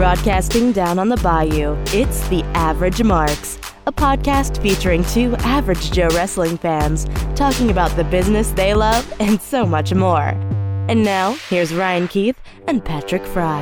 Broadcasting down on the bayou, it's The Average Marks, a podcast featuring two average Joe wrestling fans talking about the business they love and so much more. And now, here's Ryan Keith and Patrick Fry.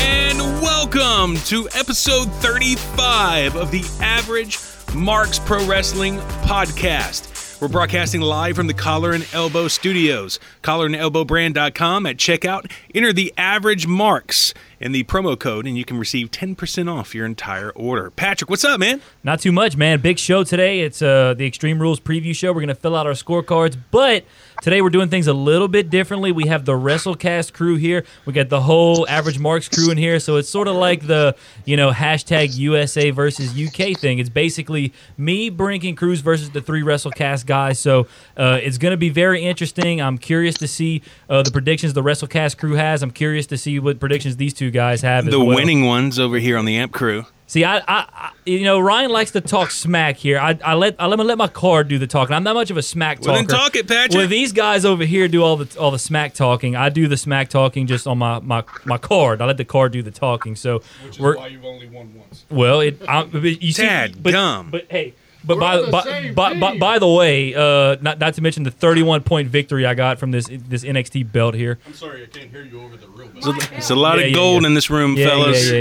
And welcome to episode 35 of the Average Marks Pro Wrestling Podcast. We're broadcasting live from the Collar and Elbow Studios. Collarandelbowbrand.com at checkout. Enter the average marks and the promo code, and you can receive 10% off your entire order. Patrick, what's up, man? Not too much, man. Big show today. It's uh, the Extreme Rules preview show. We're going to fill out our scorecards, but today we're doing things a little bit differently. We have the WrestleCast crew here. We got the whole Average Marks crew in here, so it's sort of like the you know hashtag USA versus UK thing. It's basically me, Brink, and Cruz versus the three WrestleCast guys. So uh, it's going to be very interesting. I'm curious to see uh, the predictions the WrestleCast crew has. I'm curious to see what predictions these two guys have. as The well. winning ones over here on the Amp Crew. See, I, I, I, you know, Ryan likes to talk smack here. I, I let, I let, me let my card do the talking. I'm not much of a smack talker. Well, then talk it, Patrick. Well, these guys over here do all the, all the smack talking. I do the smack talking just on my, my, my card. I let the card do the talking. So, Which is we're, why you've only won once. well, it, I, but you see, Dad but, gum. but hey. But We're by, on the by, same by, by, team. by the way, uh, not not to mention the 31 point victory I got from this this NXT belt here. I'm sorry, I can't hear you over the room. It's a lot Yeah, of yeah, gold yeah. in this room, yeah, fellas. Yeah, yeah,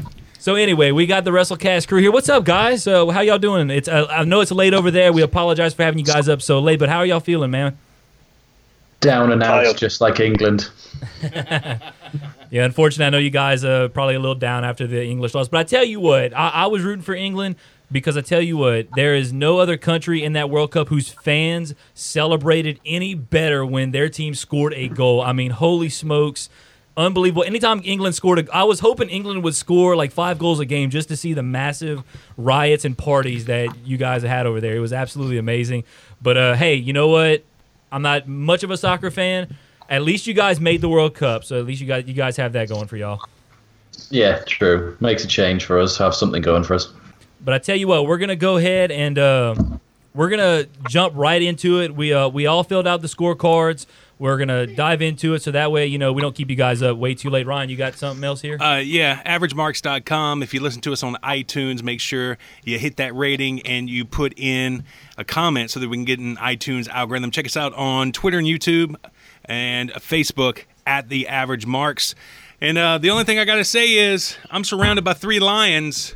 yeah. So anyway, we got the WrestleCast crew here. What's up, guys? So how y'all doing? It's uh, I know it's late over there. We apologize for having you guys up so late, but how are y'all feeling, man? down and out, Tired. just like England. Yeah, unfortunately, I know you guys are probably a little down after the English loss, but I tell you what, I, I was rooting for England because I tell you what, there is no other country in that World Cup whose fans celebrated any better when their team scored a goal. I mean, holy smokes. Unbelievable. Anytime England scored, a, I was hoping England would score like five goals a game just to see the massive riots and parties that you guys had over there. It was absolutely amazing. But uh, hey, you know what? I'm not much of a soccer fan. At least you guys made the World Cup, so at least you guys you guys have that going for y'all. Yeah, true. Makes a change for us. Have something going for us. But I tell you what, we're gonna go ahead and uh, we're gonna jump right into it. We uh, we all filled out the scorecards. We're gonna dive into it, so that way you know we don't keep you guys up way too late. Ryan, you got something else here? Uh, yeah, averagemarks.com. If you listen to us on iTunes, make sure you hit that rating and you put in a comment so that we can get an iTunes algorithm. Check us out on Twitter and YouTube and Facebook at The Average Marks. And uh, the only thing I got to say is I'm surrounded by three lions.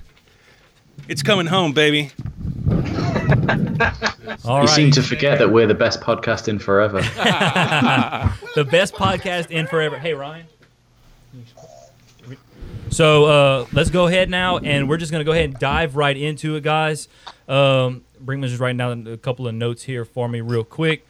It's coming home, baby. all You right, seem to forget that we're the best podcast in forever. the best podcast in forever. Hey, Ryan. So uh, let's go ahead now, and we're just gonna go ahead and dive right into it, guys. Um, Brinkman's just writing down a couple of notes here for me, real quick,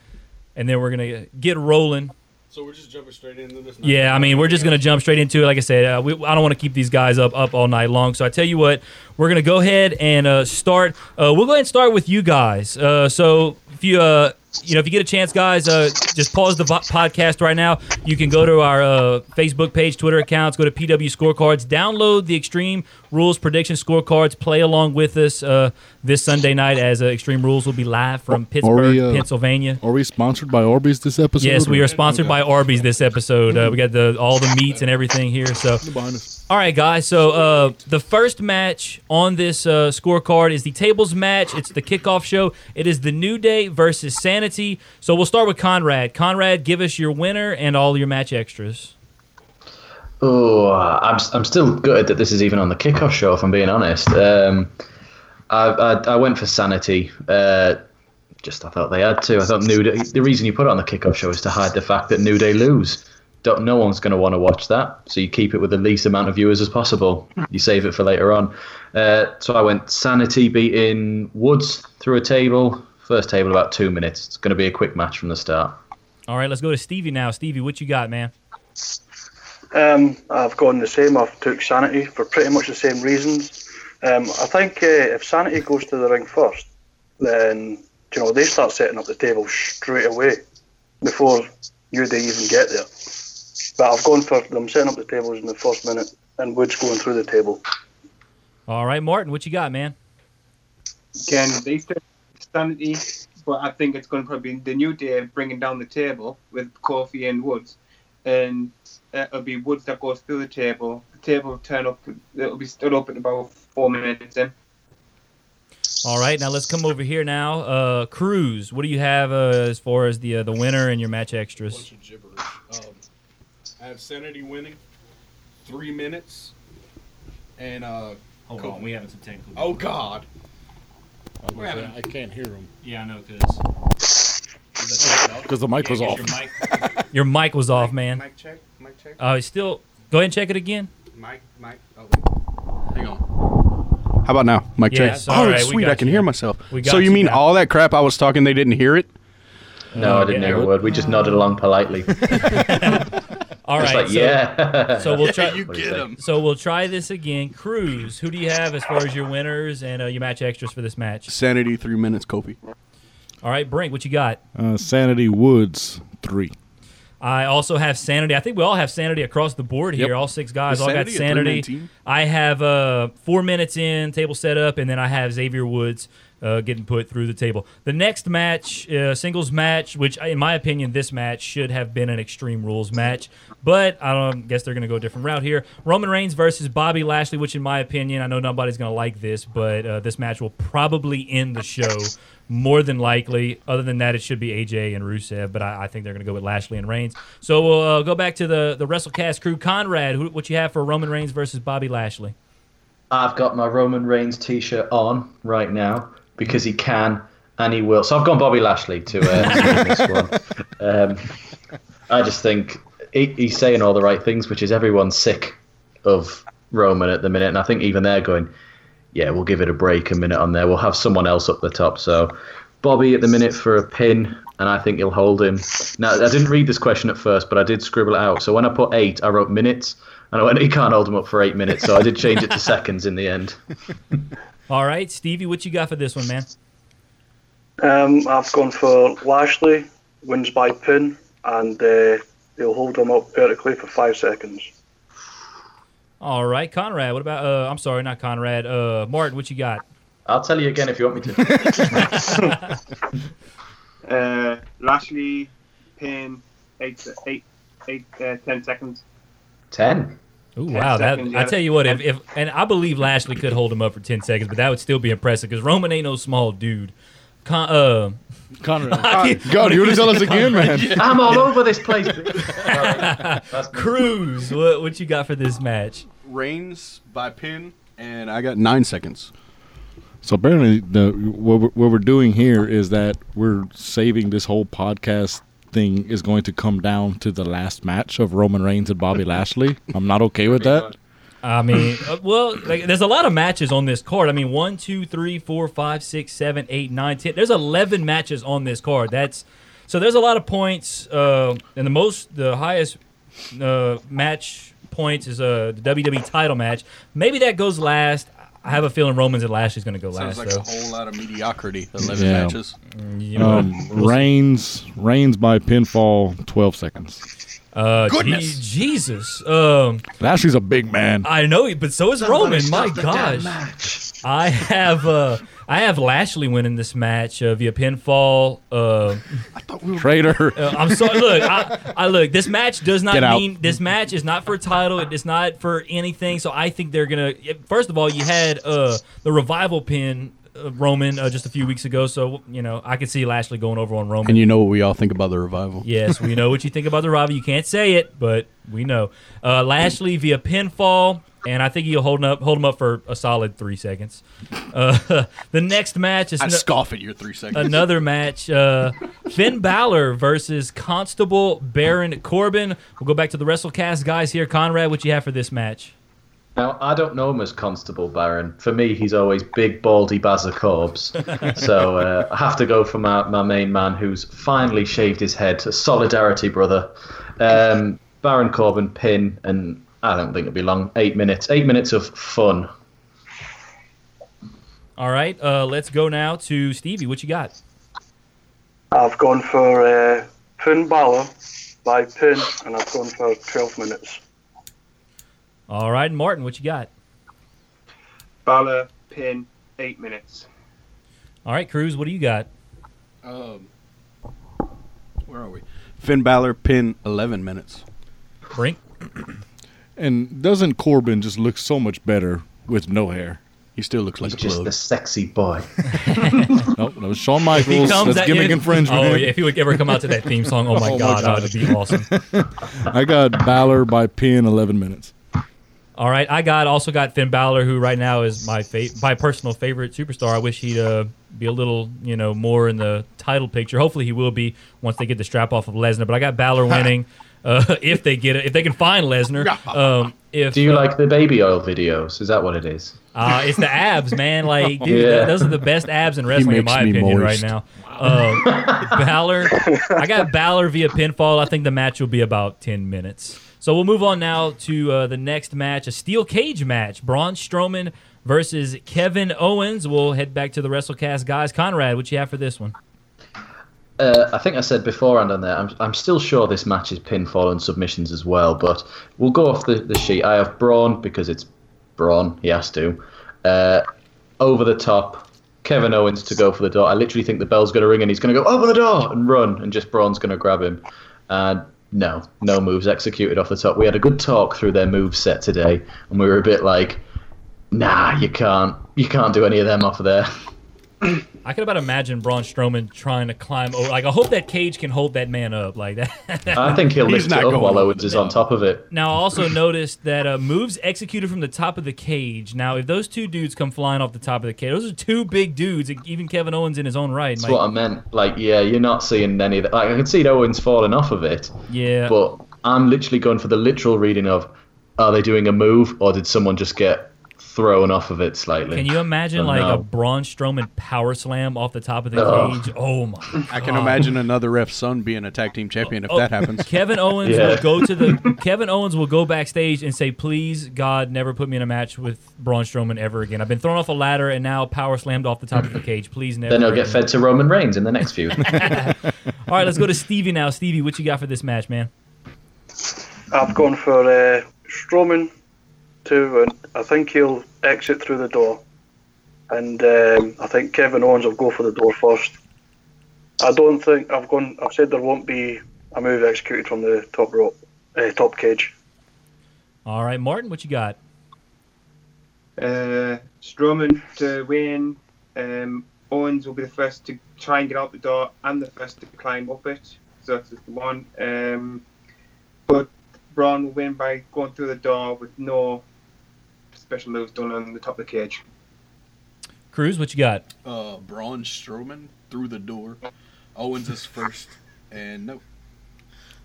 and then we're gonna get rolling. So we're just jumping straight into this. now? Yeah, I mean, we're just gonna jump straight into it. Like I said, uh, we, I don't want to keep these guys up up all night long. So I tell you what, we're gonna go ahead and uh, start. Uh, we'll go ahead and start with you guys. Uh, so if you uh, you know if you get a chance, guys, uh, just pause the vo- podcast right now. You can go to our uh, Facebook page, Twitter accounts, go to PW Scorecards, download the Extreme Rules prediction scorecards, play along with us uh, this Sunday night as uh, Extreme Rules will be live from Pittsburgh, we, uh, Pennsylvania. Are we sponsored by Arby's this episode? Yes, we are sponsored by Arby's this episode. Uh, we got the all the meats and everything here. So, all right, guys. So uh, the first match on this uh, scorecard is the tables match. It's the kickoff show. It is the New Day versus Sanity. So we'll start with Conrad. Conrad, give us your winner and all your match extras. oh, I'm, I'm still gutted that this is even on the kickoff show, if I'm being honest. Um, I, I, I went for sanity. Uh, just I thought they had to. I thought New Day. The reason you put it on the kickoff show is to hide the fact that New Day lose. Don't, no one's going to want to watch that, so you keep it with the least amount of viewers as possible. You save it for later on. Uh, so I went sanity beating Woods through a table. First table about two minutes. It's going to be a quick match from the start. All right, let's go to Stevie now. Stevie, what you got, man? Um, I've gone the same. I've took Sanity for pretty much the same reasons. Um, I think uh, if Sanity goes to the ring first, then you know they start setting up the table straight away before you they even get there. But I've gone for them setting up the tables in the first minute and Woods going through the table. All right, Martin, what you got, man? again, they said sanity, but I think it's going to probably be the new day bringing down the table with Kofi and Woods. and uh, it'll be wood that goes through the table. The table will turn up. It'll be stood up in about four minutes. In. All right, now let's come over here now. Uh, Cruz, what do you have uh, as far as the uh, the winner and your match extras? Bunch of gibberish. Um, I have Sanity winning, three minutes, and uh, Hold Cool. on, we having some technical. oh god, I, We're having- I can't hear him Yeah, I know, because. because the mic was off. Your mic, Your mic was off, man. mic check, mic check, Uh, still, go ahead and check it again. mic, mic. Oh, wait. hang on. How about now, Mike? Yeah, check. it's all Oh, right, we sweet! got I can you. hear myself. We got So you you mean now. all that crap I was talking, they didn't hear it? No, I didn't yeah, hear a what- word. We just nodded along politely. Just All right, like, so, yeah. so we'll try. You What do you get say? him. So we'll try this again. Cruz, who do you have as far as your winners and uh, your match extras for this match? Sanity three minutes, Kofi. All right, Brink, what you got? Uh, Sanity Woods three. I also have sanity. I think we all have sanity across the board here. Yep. All six guys Is all Sanity a got sanity. three-man team? I have uh, four minutes in table setup, and then I have Xavier Woods uh, getting put through the table. The next match, uh, singles match, which in my opinion, this match should have been an Extreme Rules match, but I don't guess they're going to go a different route here. Roman Reigns versus Bobby Lashley, which in my opinion, I know nobody's going to like this, but uh, this match will probably end the show more than likely. Other than that, it should be AJ and Rusev, but I, I think they're going to go with Lashley and Reigns. So we'll uh, go back to the the WrestleCast crew. Conrad, who, what you have for Roman Reigns versus Bobby Lashley? I've got my Roman Reigns T-shirt on right now because he can and he will. So I've gone Bobby Lashley to uh, to win this one. Um, I just think he, he's saying all the right things, which is everyone's sick of Roman at the minute, and I think even they're going, yeah, we'll give it a break a minute on there. We'll have someone else up the top. So Bobby at the minute for a pin, and I think he'll hold him. Now I didn't read this question at first, but I did scribble it out. So when I put eight, I wrote minutes, and I went, he can't hold him up for eight minutes. So I did change it to seconds in the end. All right, Stevie, what you got for this one, man? Um, I've gone for Lashley, wins by pin, and uh, he'll hold him up vertically for five seconds. All right, Conrad, what about? Uh, I'm sorry, not Conrad. Uh, Martin, what you got? I'll tell you again if you want me to. Uh, Lashley, pin, eight, eight, eight, uh, ten seconds. Ten. Ooh, Ten wow! That, seconds, I yeah. tell you what, if, if and I believe Lashley could hold him up for ten seconds, but that would still be impressive because Roman ain't no small dude. Con, uh, Conrad. God, you want to tell us again, man? I'm all over this place. That's Cruz, what, what you got for this match? Reigns by pin, And I got nine seconds. So apparently, the what we're, what we're doing here is that we're saving this whole podcast thing is going to come down to the last match of Roman Reigns and Bobby Lashley. I'm not okay with that. I mean, uh, well, like, there's a lot of matches on this card. I mean, one, two, three, four, five, six, seven, eight, nine, ten. There's 11 matches on this card. That's so. There's a lot of points, uh, and the most, the highest uh, match points is uh, the WWE title match. Maybe that goes last. I have a feeling Romans and Lashley's going to go sounds last, like though. a whole lot of mediocrity. Eleven Yeah. matches. You know, Um, Reigns Reigns by pinfall, twelve seconds. uh, gee- Jesus. Um, Lashley's a big man. I know, it, but so is Roman. My gosh, I have uh, I have Lashley winning this match uh, via pinfall. Uh, Traitor. uh, I'm sorry. Look, I, I look. This match does not Get out. mean this match is not for a title. It is not for anything. So I think they're gonna. First of all, you had uh, the revival pin. uh, Roman uh, just a few weeks ago, so you know I could see Lashley going over on Roman. And you know what we all think about the revival. Yes, we know what you think about the rival. You can't say it, but we know. Uh, Lashley via pinfall, and I think he'll hold him up, hold him up for a solid three seconds. Uh, the next match is I no- scoff at your three seconds. another match: uh, Finn Balor versus Constable Baron Corbin. We'll go back to the WrestleCast guys here. Conrad, what you have for this match? Now, I don't know him as Constable Baron. For me, he's always big, baldy Baza Corbs. so uh, I have to go for my, my main man who's finally shaved his head. Solidarity, brother. Um, Baron Corbin pin, and I don't think it'll be long. Eight minutes. Eight minutes of fun. All right, uh, let's go now to Stevie. What you got? I've gone for uh, Finn Balor by pin, and I've gone for 12 minutes. All right, Martin, what you got? Balor, pin, eight minutes. All right, Cruz, what do you got? Um, where are we? Finn Balor pin 11 minutes. Brink. And doesn't Corbin just look so much better with no hair? He still looks like He's a just plug. the sexy boy. Nope, that was Shawn Michaels. That's at- gimmick infringement. Oh, if he would ever come out to that theme song, oh my god, that would be awesome. I got Balor by pin 11 minutes. All right, I got also got Finn Balor, who right now is my fa- my personal favorite superstar. I wish he'd uh, be a little you know more in the title picture. Hopefully, he will be once they get the strap off of Lesnar. But I got Balor winning uh, if they get it, if they can find Lesnar. Um, if Do you uh, like the baby oil videos? Is that what it is? Uh, it's the abs, man. Like, dude, Yeah. th- those are the best abs in wrestling, in makes my me opinion, right moist. now. Uh, Balor, I got Balor via pinfall. I think the match will be about 10 minutes. So we'll move on now to uh, the next match a steel cage match. Braun Strowman versus Kevin Owens. We'll head back to the WrestleCast guys. Conrad, what you have for this one? Uh, I think I said beforehand on there, I'm, I'm still sure this match is pinfall and submissions as well, but we'll go off the, the sheet. I have Braun because it's Braun, he has to. Uh, over the top, Kevin Owens to go for the door. I literally think the bell's going to ring and he's going to go over the door and run, and just Braun's going to grab him. And no, no moves executed off the top. We had a good talk through their move set today, and we were a bit like, nah, you can't, you can't do any of them off of there. I could about imagine Braun Strowman trying to climb over. Like, I hope that cage can hold that man up like that. I think he'll He's lift not it up going while over Owens is on top of it. Now, I also noticed that uh, moves executed from the top of the cage. Now, if those two dudes come flying off the top of the cage, those are two big dudes. e, Even Kevin Owens in his own right. That's what I meant. Like, yeah, you're not seeing any of that. Like, I can see Owens falling off of it, yeah. but I'm literally going for the literal reading of are they doing a move or did someone just get thrown off of it slightly? Can you imagine don't like a know. Braun Strowman power slam off the top of the No. cage? Oh my! I God. can imagine another ref's son being a tag team champion if that happens. Kevin Owens Yeah. will go to the Kevin Owens will go backstage and say, "Please, God, never put me in a match with Braun Strowman ever again. I've been thrown off a ladder and now power slammed off the top of the cage. Please never." then he'll again." get fed to Roman Reigns in the next few. All right, let's go to Stevie now. Stevie, what you got for this match, man? I've gone for uh, Strowman too, and I think he'll exit through the door. And um, I think Kevin Owens will go for the door first. I don't think I've gone. I've said there won't be a move executed from the top rope, uh, top cage. All right, Martin, what you got? Uh, Strowman to win. Um, Owens will be the first to try and get out the door and the first to climb up it. So that's just the one. Um, but Braun will win by going through the door with no special moves done on the top of the cage. Cruz, what you got? Uh, Braun Strowman through the door. Owens is first, and no,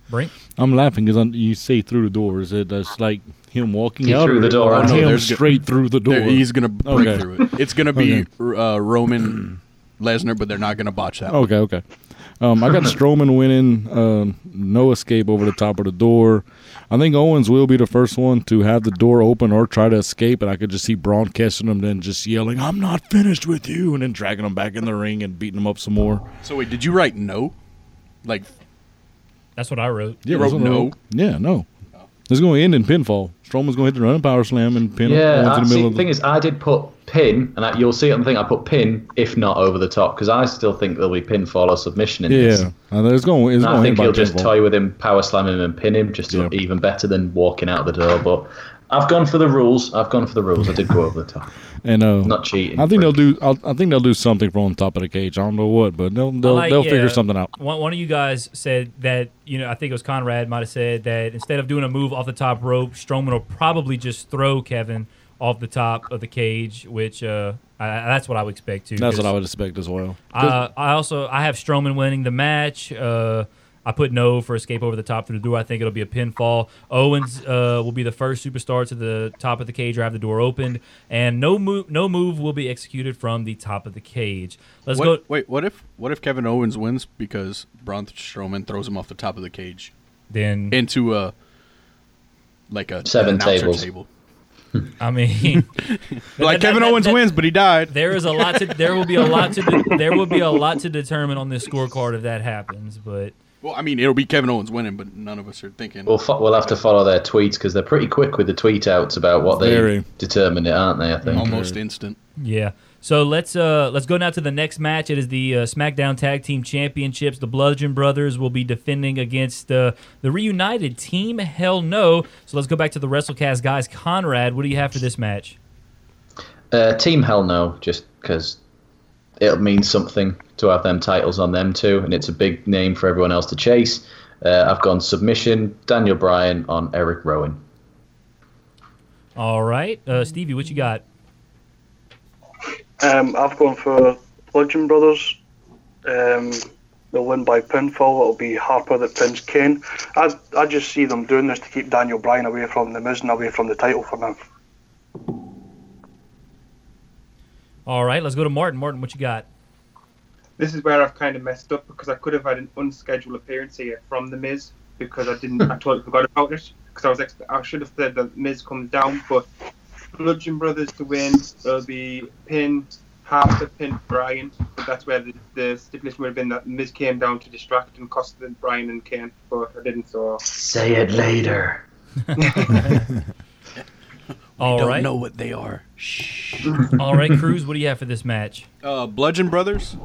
Brink. I'm laughing because you say through the door. Is it that's like him walking He out threw or the door or out. him No, there's go- straight through the door? They're- he's gonna break Okay. through it. It's gonna be uh, Roman Lesnar, but they're not gonna botch that. Okay, okay. Um, I got Strowman winning. Um, no escape over the top of the door. I think Owens will be the first one to have the door open or try to escape, and I could just see Braun catching him, then just yelling, "I'm not finished with you," and then dragging him back in the ring and beating him up some more. So wait, did you write no? Like That's what I wrote. Yeah, You wrote that's what I wrote. Yeah, no. It's going to end in pinfall. Strowman's going to hit the running power slam and pin yeah, Owens I, in the see, middle the of thing the. is, I did put pin, and I, you'll see it on the thing. I put pin, if not over the top, because I still think there'll be pinfall or submission in this. Yeah, I think it's going. It's And going I think to he'll end by just pinfall. toy with him, power slam him, and pin him, just to- Yeah. even better than walking out the door. But I've gone for the rules. I've gone for the rules. I did go over the top. and uh, Not cheating. I think they'll do. I'll, I think they'll do something from on top of the cage. I don't know what, but they'll they'll, like- they'll yeah. figure something out. One, one of you guys said that you know I think it was Conrad might have said that instead of doing a move off the top rope, Strowman will probably just throw Kevin off the top of the cage, which uh, I, I- that's what I would expect too. That's what I 'cause would expect as well. I, I also I have Strowman winning the match. Uh, I put no for escape over the top through the door. I think it'll be a pinfall. Owens uh, will be the first superstar to the top of the cage or have the door opened, and no move no move will be executed from the top of the cage. Let's go. what, wait, what if what if Kevin Owens wins because Braun Strowman throws him off the top of the cage Then into a like a Seven announcer tables. table? I mean. Like Kevin that- Owens that- wins, but he died. There is a lot to. There will be a lot to. De- there will be a lot to determine on this scorecard if that happens. But Well, I mean, it'll be Kevin Owens winning, but none of us are thinking. We'll, fo- we'll have to follow their tweets because they're pretty quick with the tweet outs about what they Very. Mm-hmm. determine it, aren't they? I think. almost instant. Yeah. So let's uh let's go now to the next match. It is the uh, SmackDown Tag Team Championships. The Bludgeon Brothers will be defending against uh, the reunited team. Hell no. So let's go back to the WrestleCast guys. Conrad, what do you have for this match? Uh, team Hell No, just because it'll mean something to have them titles on them too, and it's a big name for everyone else to chase. Uh, I've gone submission, Daniel Bryan on Eric Rowan. All right, uh, Stevie, what you got? Um, I've gone for Bludgeon Brothers. Um, they'll win by pinfall. It'll be Harper that pins Kane. I I just see them doing this to keep Daniel Bryan away from the Miz and away from the title for now. All right, let's go to Martin. Martin, what you got? This is where I've kind of messed up because I could have had an unscheduled appearance here from The Miz because I didn't. I totally forgot about it because I was. Expe- I should have said that Miz comes down, but Bludgeon Brothers to win. It'll be pin half to pin Brian. But that's where the, the stipulation would have been that Miz came down to distract and cost them Brian and Kane, but I didn't. So Say it later. All Don't right, know what they are. Shh. all right, Cruz, what do you have for this match? Uh, Bludgeon Brothers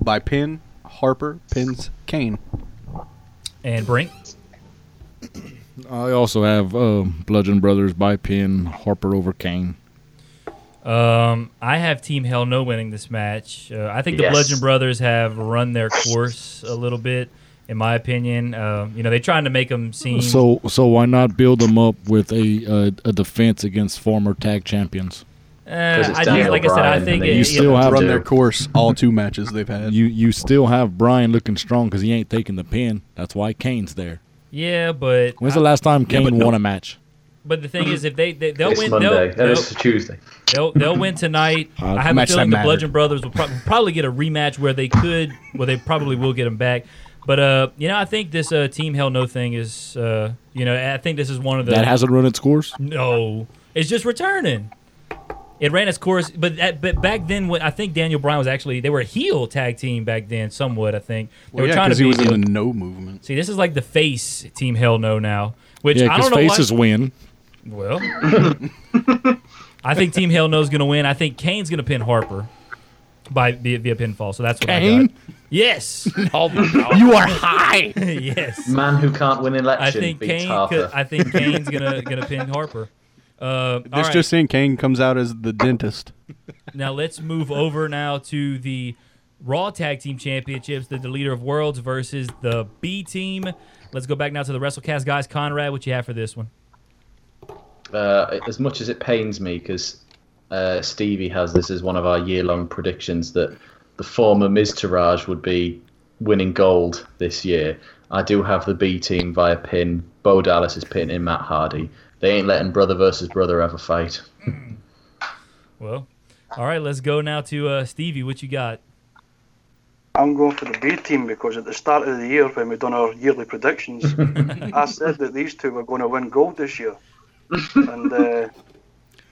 by Pin Harper pins Kane. And Brink. I also have uh, Bludgeon Brothers by Pin, Harper over Kane. Um, I have Team Hell No winning this match. Uh, I think the Yes. Bludgeon Brothers have run their course a little bit, in my opinion. Uh, you know, they're trying to make them seem. So so why not build them up with a uh, a defense against former tag champions? Eh, it's I just, Daniel like I said, I Bryan, think and they it, You Yeah, still yeah. have Run Brother. their course all two matches they've had. you you still have Brian looking strong because he ain't taking the pin. That's why Kane's there. yeah, but When's the last time Kane but won no- a match? but the thing is, if they, they they'll it's win, Monday. they'll, That they'll, is Tuesday. They'll they'll win tonight. Uh, I have a match feeling the that mattered. Bludgeon Brothers will prob- probably get a rematch where they could, well, they probably will get them back. But uh, you know, I think this uh, team hell no thing is, uh, you know, I think this is one of the That hasn't run its course. no. It's just returning. It ran its course, but that, but back then, when, I think Daniel Bryan was actually they were a heel tag team back then, somewhat. I think they Well, were yeah, trying to because be. he was in heel. the no movement. See, this is like the face team hell no now, which Yeah, I because don't know why- faces win. well, I think Team Hell No's going to win. I think Kane's going to pin Harper by via, via pinfall. So that's what I Kane? got. Yes, You are high. yes. Man who can't win election I think beats Kane. Harper. Could, I think Kane's going to going to pin Harper. Uh, all This right. just in, Kane comes out as the dentist. now let's move over now to the Raw Tag Team Championships, the, the leader of worlds versus the B Team. Let's go back now to the WrestleCast guys. Conrad, what you have for this one? uh, as much as it pains me, because uh, Stevie has this as one of our year-long predictions that the former Miz Taraj would be winning gold this year. I do have the B team via pin. Bo Dallas is pinning Matt Hardy. They ain't letting brother versus brother have a fight. Well, all right, let's go now to uh, Stevie. What you got? I'm going for the B team because at the start of the year, when we done our yearly predictions, I said that these two were going to win gold this year, and uh,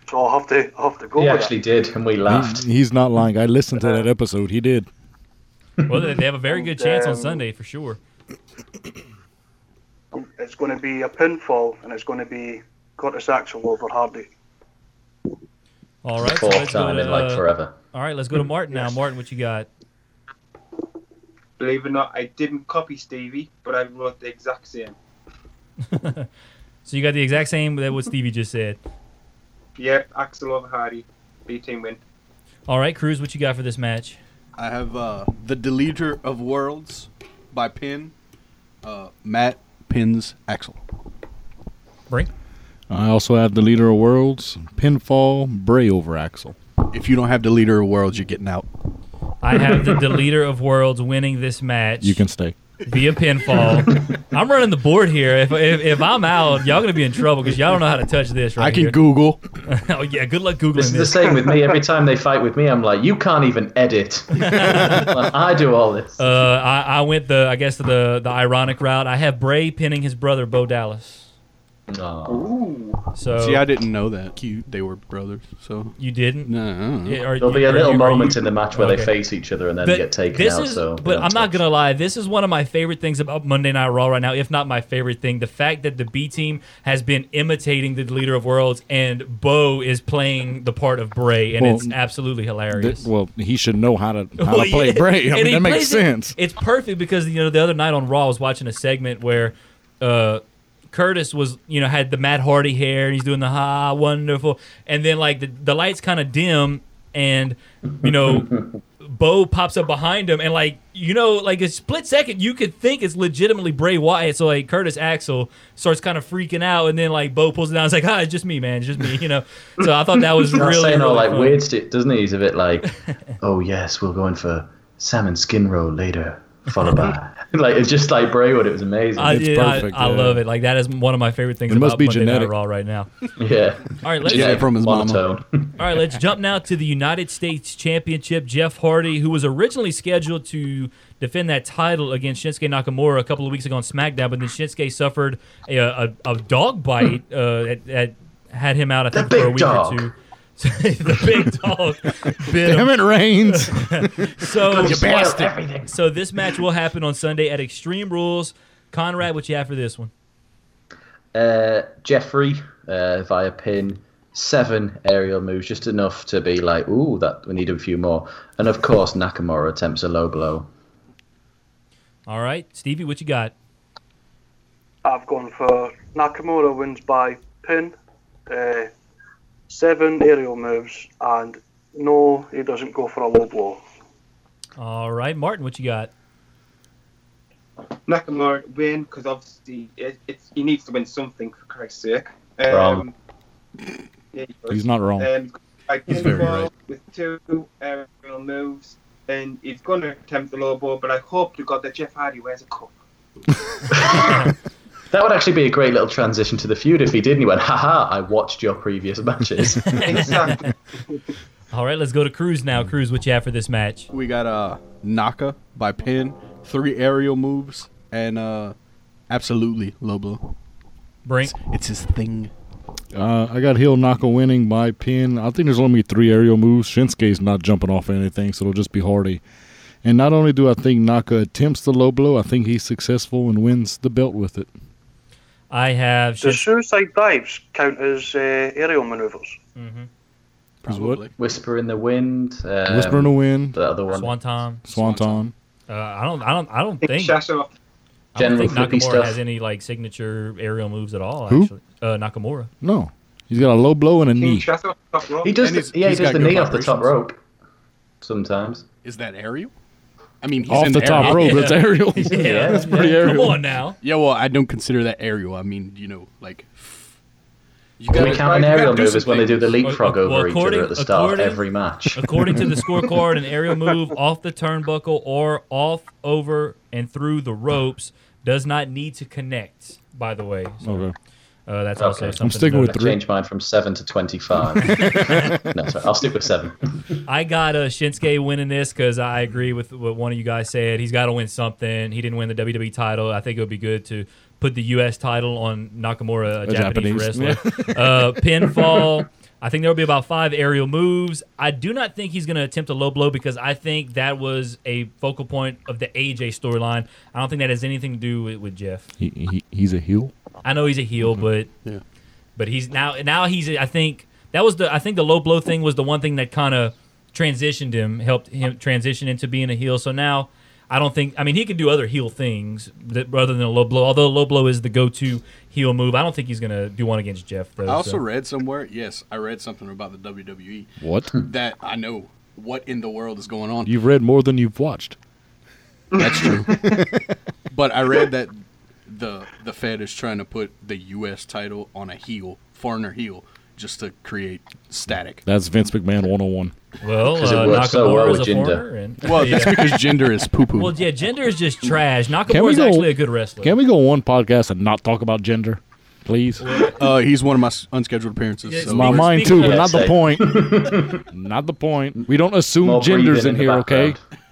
so I'll have to I'll have to go. He with actually did, and we Ah. laughed. He's not lying. I listened to that Uh. episode. He did. Well, they they have a very good chance on Damn. Sunday for sure. that. It's going to be a pinfall, and it's going to be Curtis Axel over Hardy. All Mm. right, so Fourth let's go time to, in like uh, forever. all right, let's go to Martin now. Martin, what you got? believe it or not, I didn't copy Stevie, but I wrote the exact same. So you got the exact same that what Stevie just said. Yep, Axel over Hardy, B team win. All right, Cruz, what you got for this match? I have uh, the Deleter of Worlds by Pin. Uh, Matt pins Axel. Brink. I also have the leader of worlds, pinfall, Bray over Axel. If you don't have Deleter of Worlds, you're getting out. I have the, the leader of worlds winning this match You can stay. via pinfall. I'm running the board here. If, if, if I'm out, y'all gonna be in trouble because y'all don't know how to touch this right I can here. Google. oh yeah, good luck googling This this. is the same with me. Every time they fight with me, I'm like, you can't even edit. Like, I do all this. Uh, I, I went the I guess the the ironic route. I have Bray pinning his brother Bo Dallas. No. Ooh. So See, I didn't know that. Cute, they were brothers. So you didn't. no, I don't know. Yeah, are There'll you- be a are little you- are moment you- in the match where Okay. they face each other and then But get taken this out. is, so, but I'm not gonna lie. This is one of my favorite things about Monday Night Raw right now, if not my favorite thing. The fact that the B team has been imitating the leader of worlds, and Bo is playing the part of Bray, and Well, it's absolutely Th- hilarious. well, he should know how to how Well, to play yeah. Bray. I And mean, he that makes plays it- sense. It's perfect because you know the other night on Raw, I was watching a segment where uh, Curtis was you know had the Matt Hardy hair and he's doing the ha wonderful, and then like the the lights kind of dim and you know. Bo pops up behind him, and like you know, like a split second, you could think it's legitimately Bray Wyatt. So like Curtis Axel starts kind of freaking out, and then like Bo pulls it down. It's like, ah, it's just me, man, it's just me. You know. So I thought that was He's not really, saying all really like fun. weird shit, doesn't he? He's a bit like, oh yes, we'll go in for salmon skin roll later, followed by like it's just like Braywood. It was amazing. I, It's yeah, I- perfect, I, yeah. love it. Like that is one of my favorite things It about must be Monday genetic. Night Raw right now. All yeah, right, let's Yeah, from his mama. monotone. all right, let's jump now to the United States Championship. Jeff Hardy, who was originally scheduled to defend that title against Shinsuke Nakamura a couple of weeks ago on SmackDown, but then Shinsuke suffered a, a, a dog bite uh, that, that had him out. I think for a Hmm. big week dog. or two. the big dog bit him. Damn it, Reigns. So Spoil everything. So this match will happen on Sunday at Extreme Rules. Conrad, what you have for this one? Uh, Jeffrey uh, via pin. Seven aerial moves, just enough to be like, ooh, that we need a few more. And of course, Nakamura attempts a low blow. All right, Stevie, what you got? I've gone for Nakamura wins by pin, uh, seven aerial moves, and no, he doesn't go for a low blow. All right, Martin, what you got? Nakamura win because obviously it, it's, he needs to win something for Christ's sake. Um, Wrong. yeah, he does. He's not wrong. Um, I He's pinned very the right. ball with two aerial moves, and he's going to attempt the low ball, but I hope to God that Jeff Hardy wears a cup. That would actually be a great little transition to the feud if he did. And he went, haha, I watched your previous matches. exactly. All right, let's go to Cruz now. Cruz, what you have for this match? We got uh, Naka by pin, three aerial moves, and uh, absolutely low blow. Brink. It's his thing. Uh, I got heel Naka winning by pin. I think there's only three aerial moves. Shinsuke's not jumping off anything, so it'll just be Hardy. And not only do I think Naka attempts the low blow, I think he's successful and wins the belt with it. I have. Do Shins- suicide dives count as uh, aerial manoeuvres? Probably. Whisper in the wind. Um, Whisper in the wind, The other one. Swanton. Swanton. Uh, I don't. I don't. I don't think. Shasha off. I don't General think flippy Nakamura stuff. has any like signature aerial moves at all. Who? Actually, uh, Nakamura. No, he's got a low blow and a King knee. Shasha off the top rope. He does. And he's- The, yeah, he he's does got the good knee off the top vibrations. rope. Sometimes. Is that aerial? I mean, he's Off an the top aerial. rope, that's aerial. Yeah, that's pretty Come aerial. on now. Yeah, well, I don't consider that aerial. I mean, you know, like. You Can we count an aerial move as when they do the Well, leapfrog well, over each other according- at the start of according- every match? According to the scorecard, an aerial move off the turnbuckle or off, over, and through the ropes does not need to connect. By the way, So, Okay. uh, that's also I'm something. to sticking with note. I changed mine from seven to twenty-five. no, sorry, I'll stick with seven. I got uh, Shinsuke winning this because I agree with what one of you guys said. He's got to win something. He didn't win the WWE title. I think it would be good to put the U.S. title on Nakamura, a, Japanese, Japanese, wrestler. uh, pinfall. I think there will be about five aerial moves. I do not think he's going to attempt a low blow because I think that was a focal point of the AJ storyline. I don't think that has anything to do with, with Jeff. He, he, he's a heel. I know he's a heel, but Yeah. but he's now now he's I think that was the I think the low blow thing was the one thing that kind of transitioned him, helped him transition into being a heel. So now I don't think I mean he could do other heel things that, rather than a low blow. Although low blow is the go-to heel move, I don't think he's gonna do one against Jeff though. I also so. read somewhere. Yes, I read something about the WWE What? hmm. that I know what in the world is going on. You've read more than you've watched. That's true. but I read that the the Fed is trying to put the U.S. title on a heel, foreigner heel, just to create static. That's Vince McMahon 101. well, it uh, Nakamura worked so well is a with Jinder. foreigner, and Well, yeah. that's because gender is poo poo. well, yeah, gender is just trash. Can we Nakamura is go- actually a good wrestler. Can we go one podcast and not talk about gender, please? uh, he's one of my s- unscheduled appearances. Yeah, so My We're mind too, speaking but of- not the Yes, point. not the point. We don't assume More breathing genders in, the here, okay? background.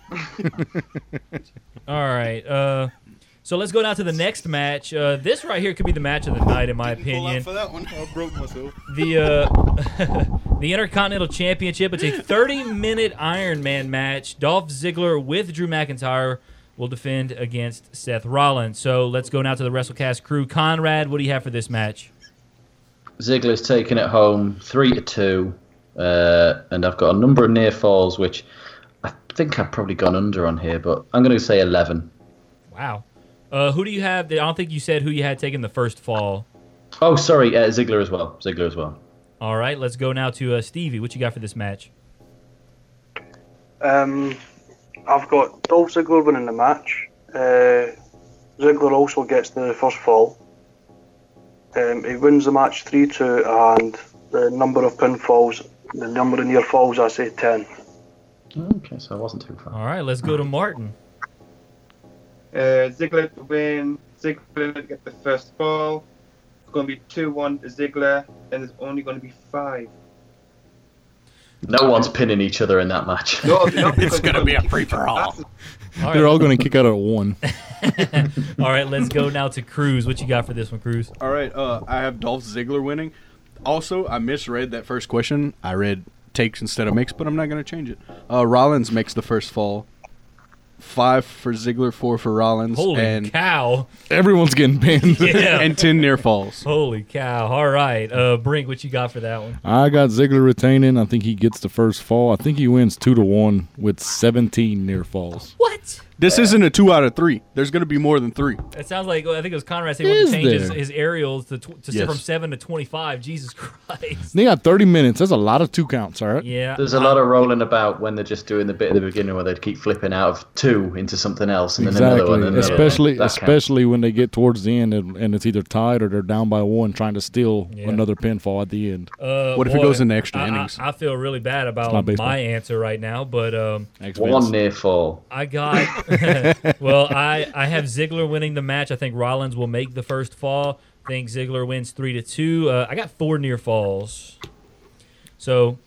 All right. Uh, So let's go down to the next match. Uh, this right here could be the match of the night, in my opinion. for that one. I broke myself. The uh, the Intercontinental Championship. It's a 30-minute Iron Man match. Dolph Ziggler with Drew McIntyre will defend against Seth Rollins. So let's go now to the WrestleCast crew. Conrad, what do you have for this match? Ziggler's taken it home three to two, uh, and I've got a number of near falls, which I think I've probably gone under on here, but I'm going to say eleven. Wow. Uh, who do you have? I don't think you said who you had taken the first fall. Oh, sorry, uh, Ziggler as well. Ziggler as well. All right, let's go now to uh, Stevie. What you got for this match? Um, I've got Dolph Ziggler winning the match. Uh, Ziggler also gets the first fall. Um, he wins the match 3 2, and the number of pinfalls, the number of near falls, I say 10. Okay, so I wasn't too far. All right, let's go to Martin. Uh, Ziggler to win. Ziggler to get the first ball. It's going to be 2 1 to Ziggler, and there's only going to be five. No one's pinning each other in that match. No, they're not, because It's gonna be a free they're for all. All They're right, all going to kick out at one. all right let's go now to Cruz. What you got for this one, Cruz? All right, uh, I have Dolph Ziggler winning. Also, I misread that first question. I read takes instead of makes, but I'm not going to change it. Uh, Rollins makes the first fall. Five for Ziggler, four for Rollins, Holy and cow! Everyone's getting pinned. Yeah. and ten near falls. Holy cow! All right, uh, Brink, what you got for that one? I got Ziggler retaining. I think he gets the first fall. I think he wins two to one with 17 near falls. What? This isn't a two out of three. There's going to be more than three. It sounds like well, I think it was Conrad saying he Is to change his, there? his aerials to, tw- to Yes. from seven to twenty-five. Jesus Christ! They got 30 minutes. That's a lot of two counts, all right? Yeah, There's a lot of rolling about when they're just doing the bit at the beginning where they'd keep flipping out of two into something else and then another one. And Exactly. another one. Especially That counts. especially when they get towards the end and, and it's either tied or they're down by one trying to steal Yeah. another pinfall at the end. Uh, What if it boy, goes into extra I- I- innings? I, feel really bad not about baseball. my answer right now, but um, Thanks, one Vince. near fall. I got well. I I have Ziggler winning the match. I think Rollins will make the first fall. I think Ziggler wins three to two. Uh, I got four near falls. So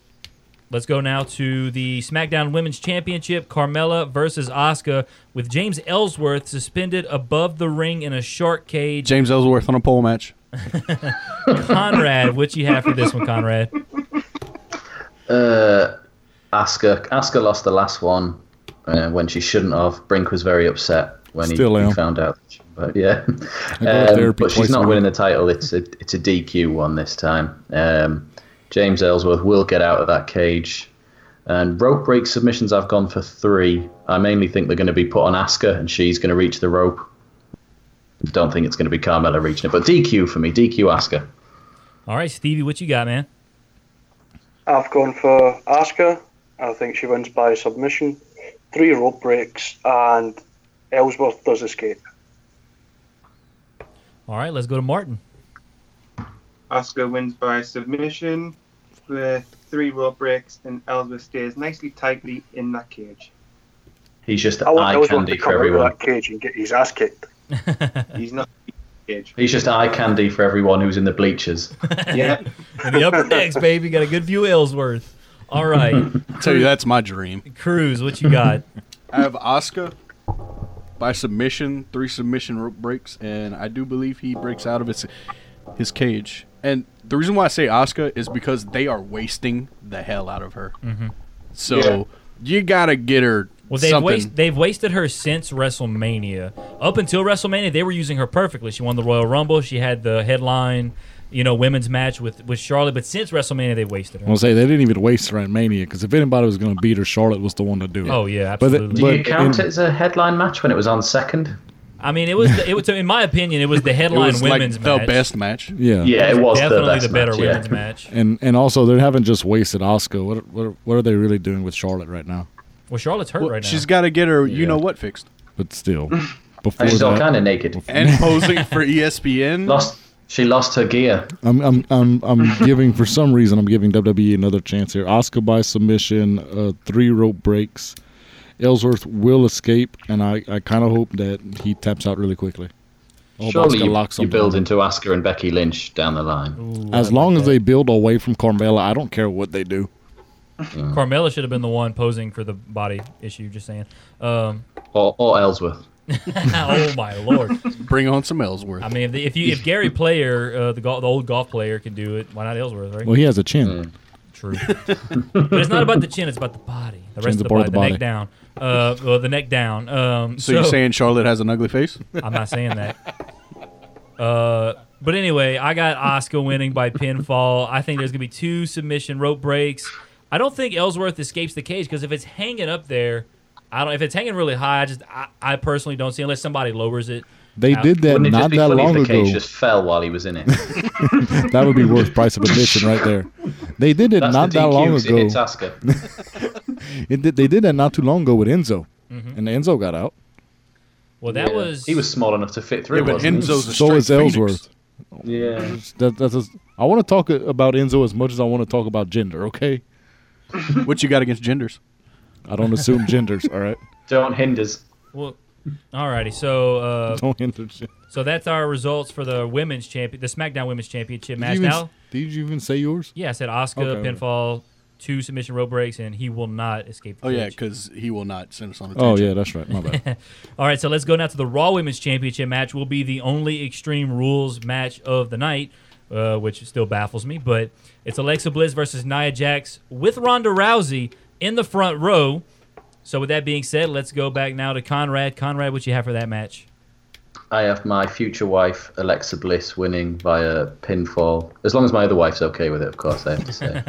let's go now to the SmackDown Women's Championship: Carmella versus Asuka, with James Ellsworth suspended above the ring in a shark cage. James Ellsworth on a pole match. Conrad, what you have for this one, Conrad? Uh, Asuka, Asuka lost the last one uh, when she shouldn't have. Brink was very upset when he, Still he am. found out. But yeah, to um, therapy but twice she's a not week. winning the title. It's a it's a DQ one this time. Um, James Ellsworth will get out of that cage. And rope break submissions, I've gone for three. I mainly think they're going to be put on Asuka, and she's going to reach the rope. Don't think it's going to be Carmella reaching it, but DQ for me, DQ Asuka. All right, Stevie, what you got, man? I've gone for Asuka. I think she wins by submission. Three rope breaks, and Ellsworth does escape. All right, let's go to Martin. Oscar wins by submission with three rope breaks, and Ellsworth stays nicely tightly in that cage. He's just I want eye Ellsworth candy to for come out of everyone. that cage and get his ass kicked. He's not in the cage. He's just eye candy for everyone who's in the bleachers. Yeah. In the upper decks, baby, got a good view of Ellsworth. All right, tell you, that's my dream. Cruz, what you got? I have Oscar by submission, three submission rope breaks, and I do believe he breaks out of his his cage. And the reason why I say Oscar is because they are wasting the hell out of her. So you gotta get her Mm-hmm. Well, they've, something. waste, they've wasted her since WrestleMania. Up until WrestleMania, they were using her perfectly. She won the Royal Rumble. She had the headline, you know, women's match with, with Charlotte. But since WrestleMania, they wasted her. I'm going to say they didn't even waste her at Mania because if anybody was going to beat her, Charlotte was the one to do it. Oh yeah, But the- absolutely. Do you But count in- it as a headline match when it was on second? I mean, it was the, it was in my opinion, it was the it headline was like women's the match. best match. Yeah. Yeah, it was definitely the, best better match, yeah. women's match. And and also they haven't just wasted Oscar. What what what are they really doing with Charlotte right now? Well, Charlotte's hurt Well, right now. She's gotta get her you know what fixed. But still, before And she's all that, kind of naked. And posing for E ESPN. Lost. She lost her gear. I'm I'm I'm I'm giving for some reason I'm giving WWE another chance here. Oscar by submission, uh, three rope breaks. Ellsworth will escape, and I, I kind of hope that he taps out really quickly. I hope Surely Asuka you, locks you something. build into Asuka and Becky Lynch down the line. As long as they build away from Carmella, I don't care what they do. Carmella should have been the one posing for the body issue. Just saying. Um, Or, or Ellsworth. oh my lord! Bring on some Ellsworth. I mean, if, the, if you if Gary Player, uh, the gol the old golf player, can do it, why not Ellsworth? Right? Well, he has a chin. Mm. True. but it's not about the chin; it's about the body, the Chin's rest of the the part body, of the, the neck down. Uh, well, the neck down. Um, so, you're saying Charlotte has an ugly face? I'm not saying that. Uh, but anyway, I got Oscar winning by pinfall. I think there's gonna be two submission rope breaks. I don't think Ellsworth escapes the cage because if it's hanging up there, I don't. If it's hanging really high, I just I, I personally don't see unless somebody lowers it. They Out. did that Wouldn't it just not be that funny if long the ago. cage just fell while he was in it? that would be worth price of admission right there. They did it That's not the that DQ, long It hits ago. Asuka. It did, they did that not too long ago with Enzo, Mm-hmm. and Enzo got out. Well, that Yeah. was He was small enough to fit through. Yeah, but wasn't Enzo's a So straight is phoenix. Ellsworth. he? Yeah. That, that's just- I want to talk about Enzo as much as I want to talk about gender. Okay, What you got against genders? I don't assume genders. All right, Don't hinders. well. Alrighty, so uh, don't hinder gen- so that's our results for the women's champion, the SmackDown Women's Championship Did you, match. even, Now, did you even say yours? yeah, I said Oscar Okay. pinfall, two submission rope breaks, and he will not escape. The Oh yeah, cage. because he will not send us on a Oh tangent. yeah, that's right. My bad. All right, so let's go now to the Raw Women's Championship match. Will be the only Extreme Rules match of the night, uh, which still baffles me. But it's Alexa Bliss versus Nia Jax with Ronda Rousey in the front row. So with that being said, let's go back now to Conrad. Conrad, what you have for that match? I have my future wife Alexa Bliss winning via pinfall, as long as my other wife's okay with it, of course. I have to say,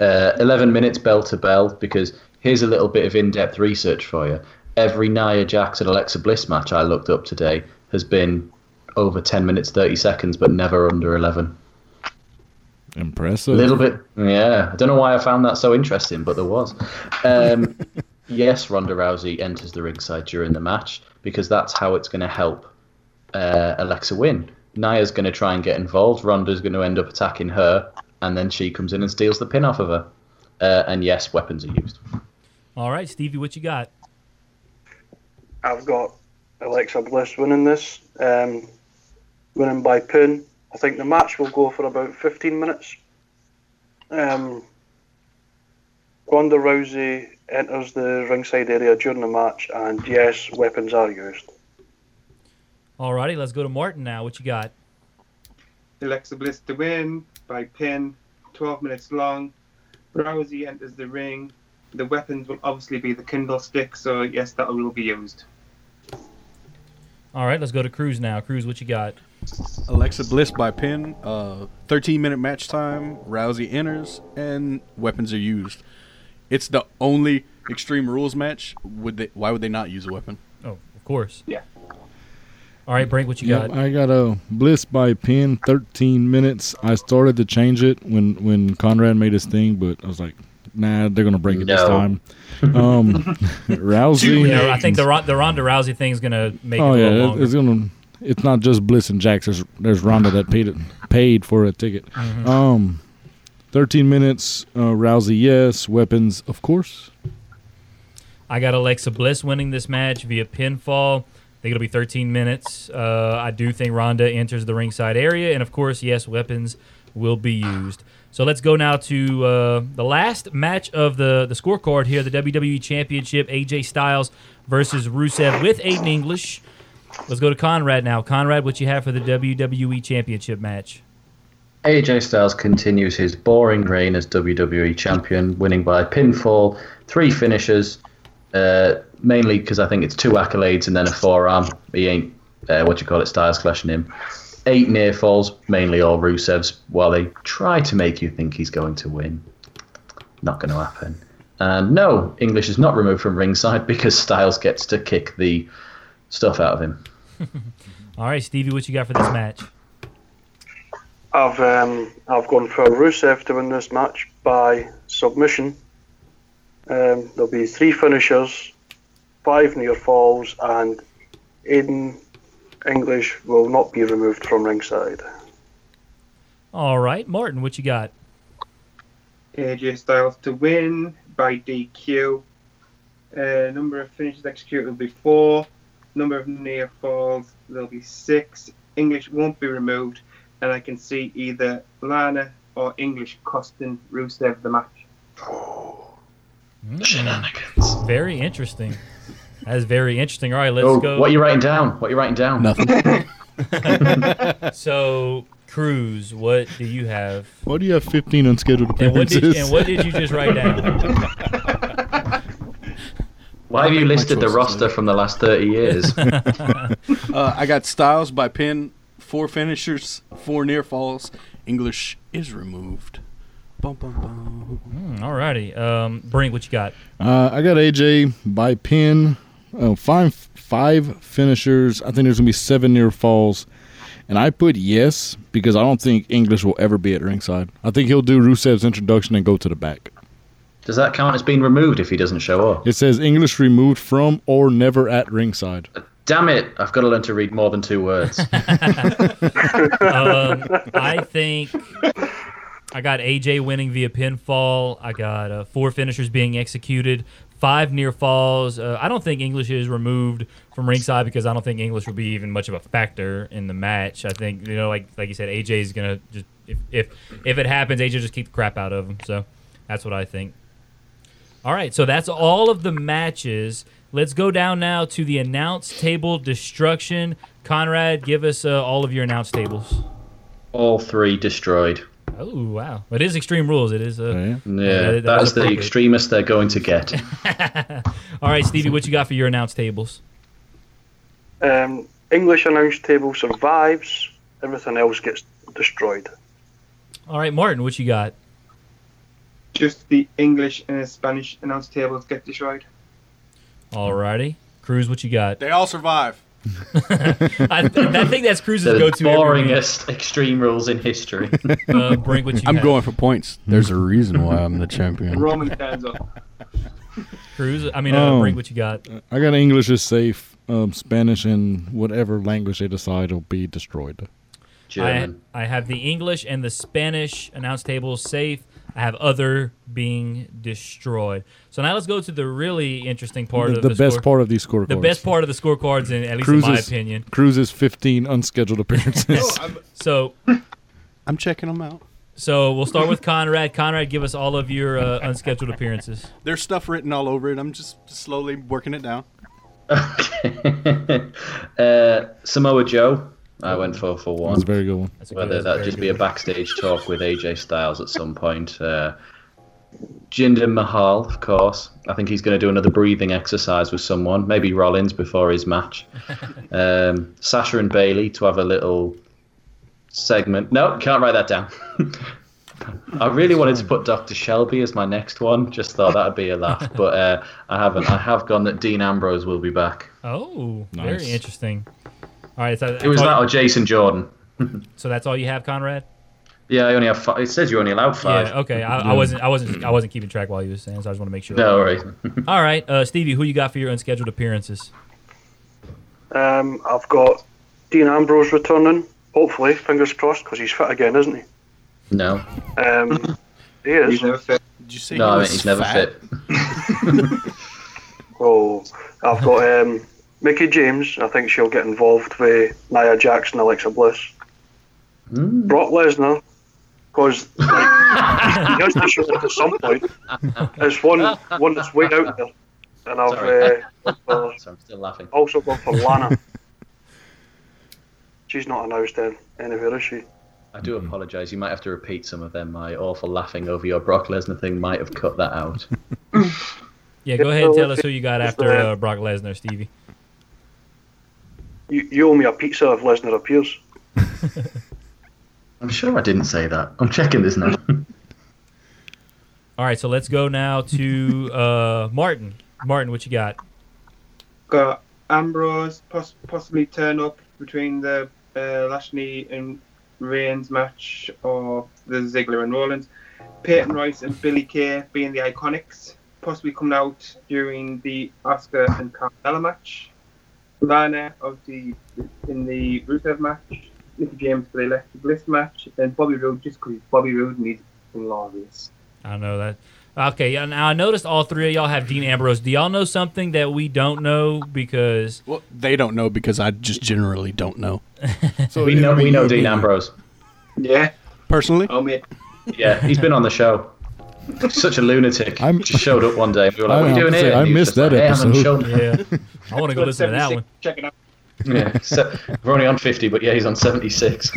uh, eleven minutes bell to bell. Because here's a little bit of in-depth research for you. Every Nia Jax and Alexa Bliss match I looked up today has been over ten minutes thirty seconds, but never under eleven. Impressive. A little bit, yeah. I don't know why I found that so interesting, but there was. Um, yes, Ronda Rousey enters the ringside during the match because that's how it's going to help uh, Alexa win. Nia's going to try and get involved. Ronda's going to end up attacking her, and then she comes in and steals the pin off of her. Uh, and yes, weapons are used. All right, Stevie, what you got? I've got Alexa Bliss winning this, um, winning by pin. I think the match will go for about 15 minutes. Um, Ronda Rousey enters the ringside area during the match, and yes, weapons are used. All righty, let's go to Martin now. What you got? Alexa Bliss to win by pin, 12 minutes long. Rousey enters the ring. The weapons will obviously be the Kindle stick, so yes, that will be used. All right, let's go to Cruz now. Cruz, what you got? Alexa Bliss by pin. Uh, 13 minute match time. Rousey enters and weapons are used. It's the only Extreme Rules match. Would they? Why would they not use a weapon? Oh, of course. Yeah. All right, Brink, what you Yep, got? I got a bliss by pin, 13 minutes. I started to change it when when Conrad made his thing, but I was like, nah, they're gonna break it this No. time. Um, Rousey. You know, I think the, Ron- the Ronda Rousey thing is gonna make oh it a yeah, little it- longer. it's gonna. It's not just Bliss and Jax. There's there's Ronda that paid it, paid for a ticket. Mm-hmm. Um, 13 minutes. Uh, Rousey, yes. Weapons, of course. I got Alexa Bliss winning this match via pinfall. I think it'll be 13 minutes. Uh, I do think Ronda enters the ringside area, and of course, yes, weapons will be used. So let's go now to uh, the last match of the the scorecard here: the WWE Championship, AJ Styles versus Rusev with Aiden English. Let's go to Conrad now. Conrad, what you have for the WWE Championship match? AJ Styles continues his boring reign as WWE champion, winning by pinfall, three finishes, uh, mainly because I think it's two accolades and then a forearm. He ain't uh, what you call it, Styles clashing him. Eight near falls, mainly all Rusev's, while they try to make you think he's going to win. Not going to happen. And no, English is not removed from ringside because Styles gets to kick the stuff out of him. All right, Stevie, what you got for this match? I've um, I've gone for Rusev to win this match by submission. Um, there'll be three finishers, five near falls, and Aiden English will not be removed from ringside. All right, Martin, what you got? AJ Styles to win by DQ. Uh, number of finishes executed will be four. Number of near falls, there'll be six. English won't be removed, and I can see either Lana or English costing Rusev the match. Shenanigans. Very interesting. That is very interesting. All right, let's Oh, go. what are you writing down? What are you writing down? Nothing. So, Cruz, what do you have? Why do you have 15 unscheduled And what appearances? did and what did you just write down? Why have I'll you make my listed the choices roster later. from the last 30 years? Uh, I got Styles by pin, four finishers, four near falls. English is removed. Bum, bum, bum. Alrighty, um, Brink, what you got? Uh, I got AJ by pin. Oh, five five finishers. I think there's gonna be seven near falls, and I put yes because I don't think English will ever be at ringside. I think he'll do Rusev's introduction and go to the back. Does that count as being removed if he doesn't show up? It says English removed from or never at ringside. Damn it! I've got to learn to read more than two words. Um, I think I got AJ winning via pinfall. I got uh, four finishers being executed, five near falls. Uh, I don't think English is removed from ringside because I don't think English will be even much of a factor in the match. I think you know, like like you said, AJ is gonna just if if if it happens, AJ just keep the crap out of him. So that's what I think. All right, so that's all of the matches. Let's go down now to the announce table destruction. Conrad, give us uh, all of your announce tables. All three destroyed. Oh wow! It is extreme rules. It is. Uh, Okay. Yeah, that that was is the appropriate. extremist they're going to get. All right, Stevie, what you got for your announce tables? Um, English announce table survives. Everything else gets destroyed. All right, Martin, what you got? Just the English and the Spanish announce tables get destroyed. All righty, Cruz, what you got? They all survive. I, I think that's Cruz's They're the go-to. every week. boringest extreme rules in history. Uh, Brink, what you I'm got? going for points. There's a reason why I'm the champion. Roman stands up. Cruz, I mean, uh, Oh. Brink, what you got? I got English is safe. Um, Spanish and whatever language they decide will be destroyed. I, German. I have the English and the Spanish announce tables safe. I have other being destroyed. So now let's go to the really interesting part The, of the the, best score- part of these scorecards. The best part of the scorecards, in at least in my opinion. Cruz's 15 unscheduled appearances. So I'm checking them out. so we'll start with Conrad. Conrad, give us all of your uh, unscheduled appearances. There's stuff written all over it. I'm just slowly working it down. uh, Samoa Joe, I went for for one. That's a very good one. That's a Whether that's a that just good be a backstage talk with AJ Styles at some point. Uh, Jinder Mahal, of course. I think he's going to do another breathing exercise with someone, maybe Rollins before his match. Um, Sasha and Bailey to have a little segment. No, can't write that down. I really wanted to put Dr. Shelby as my next one. Just thought that'd be a laugh, but uh, I haven't. I have gone that Dean Ambrose will be back. Oh, very Nice. interesting. All right, so, It was that or Jason Jordan. so that's all you have, Conrad. Yeah, I only have. Five. It says you only allowed five. Yeah. Okay. I, I wasn't. I wasn't. I wasn't keeping track while you were saying. So I just want to make sure. No worries. All right, uh, Stevie, who you got for your unscheduled appearances? Um, I've got Dean Ambrose returning. Hopefully, fingers crossed, because he's fit again, isn't he? No. Um, he is. He's uh, never fit. Did you say No, he I mean, was he's never fat? fit. Oh, I've got um, Mickey James. I think she'll get involved with Nia Jackson, Alexa Bliss. Hmm. Brock Lesnar, because like, he has to show up at some point. It's one one that's way out there, and I've Sorry. uh, uh, So I'm still laughing. also gone for Lana. She's not announced then anywhere, is she? I do apologise. You might have to repeat some of them. My awful laughing over your Brock Lesnar thing might have cut that out. Yeah, go ahead and tell us who you got after uh, uh, Brock Lesnar, Stevie. You, you owe me a pizza if Lesnar appears. I'm sure I didn't say that. I'm checking this now. All right, so let's go now to uh, Martin. Martin, what you got? Got Ambrose poss- possibly turn up between the uh, Lashley and Reigns match or the Ziggler and Rollins. Peyton Royce and Billy Kay being the iconics, possibly coming out during the Oscar and Carmella match. Lana of the in the Rusev match, Nicky James for the Alexa Bliss match, and Bobby Roode just because Bobby Roode needs glorious. I know that. Okay, yeah, now I noticed all three of y'all have Dean Ambrose. Do y'all know something that we don't know? Because Well, they don't know because I just generally don't know. So we know, we know Dean Ambrose. Yeah, Personally, oh mate, Yeah, he's been on the show. Such a lunatic. I'm- Just showed up one day. And we were like, I "What are you have doing to say, here?" I And he was missed just that like, "Hey, I'm on episode." shoulder." Yeah, I want to go listen to that one. Check it out. Yeah, so we're only on 50, but yeah, he's on 76.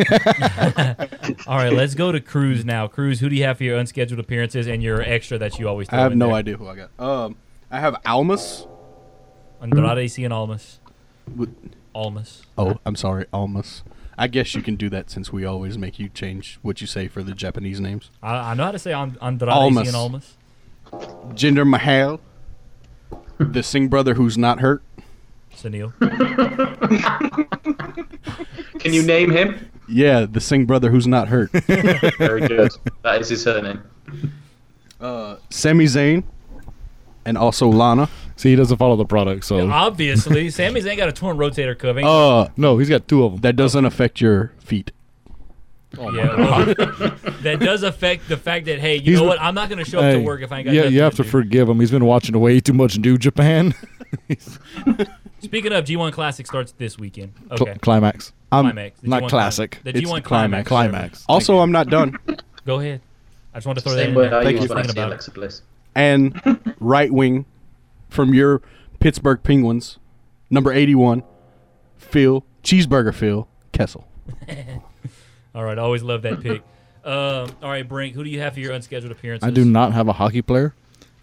All right, let's go to Cruz now. Cruz, who do you have for your unscheduled appearances and your extra that you always? Throw I have in no there? idea who I got. Um, I have Almas. Andrade C and Almas. What- Almas. Oh, I'm sorry, Almas. I guess you can do that since we always make you change what you say for the Japanese names. I, I know how to say An- Andrade Almas. C and Almas. Jinder Mahal, the Singh brother who's not hurt. Sunil. Can you name him? Yeah, the Singh brother who's not hurt. Very good. That is his surname. Sami Zayn, and also Lana. See, he doesn't follow the product, so Obviously, Sammy's ain't got a torn rotator cuff. Ain't Uh, no, he's got two of them. that doesn't affect your feet. yeah, well, that does affect the fact that hey, you He's- know what? I'm not gonna show up to work if I ain't got. yeah, nothing you have to do. forgive him. He's been watching way too much New Japan Speaking of, G1 Classic starts this weekend. Cl- Okay. climax. I'm climax. The not G1 classic. The It's G1 the climax. sorry. Climax. Also, I'm not done. Go ahead. I just want to throw that Same in word there. I Thank use for when I thinking see about it. Alexa Bliss. and right wing from your Pittsburgh Penguins, number 81, Phil Cheeseburger Phil Kessel. All right, I always love that pick. Um, all right, Brink, who do you have for your unscheduled appearances? I do not have a hockey player.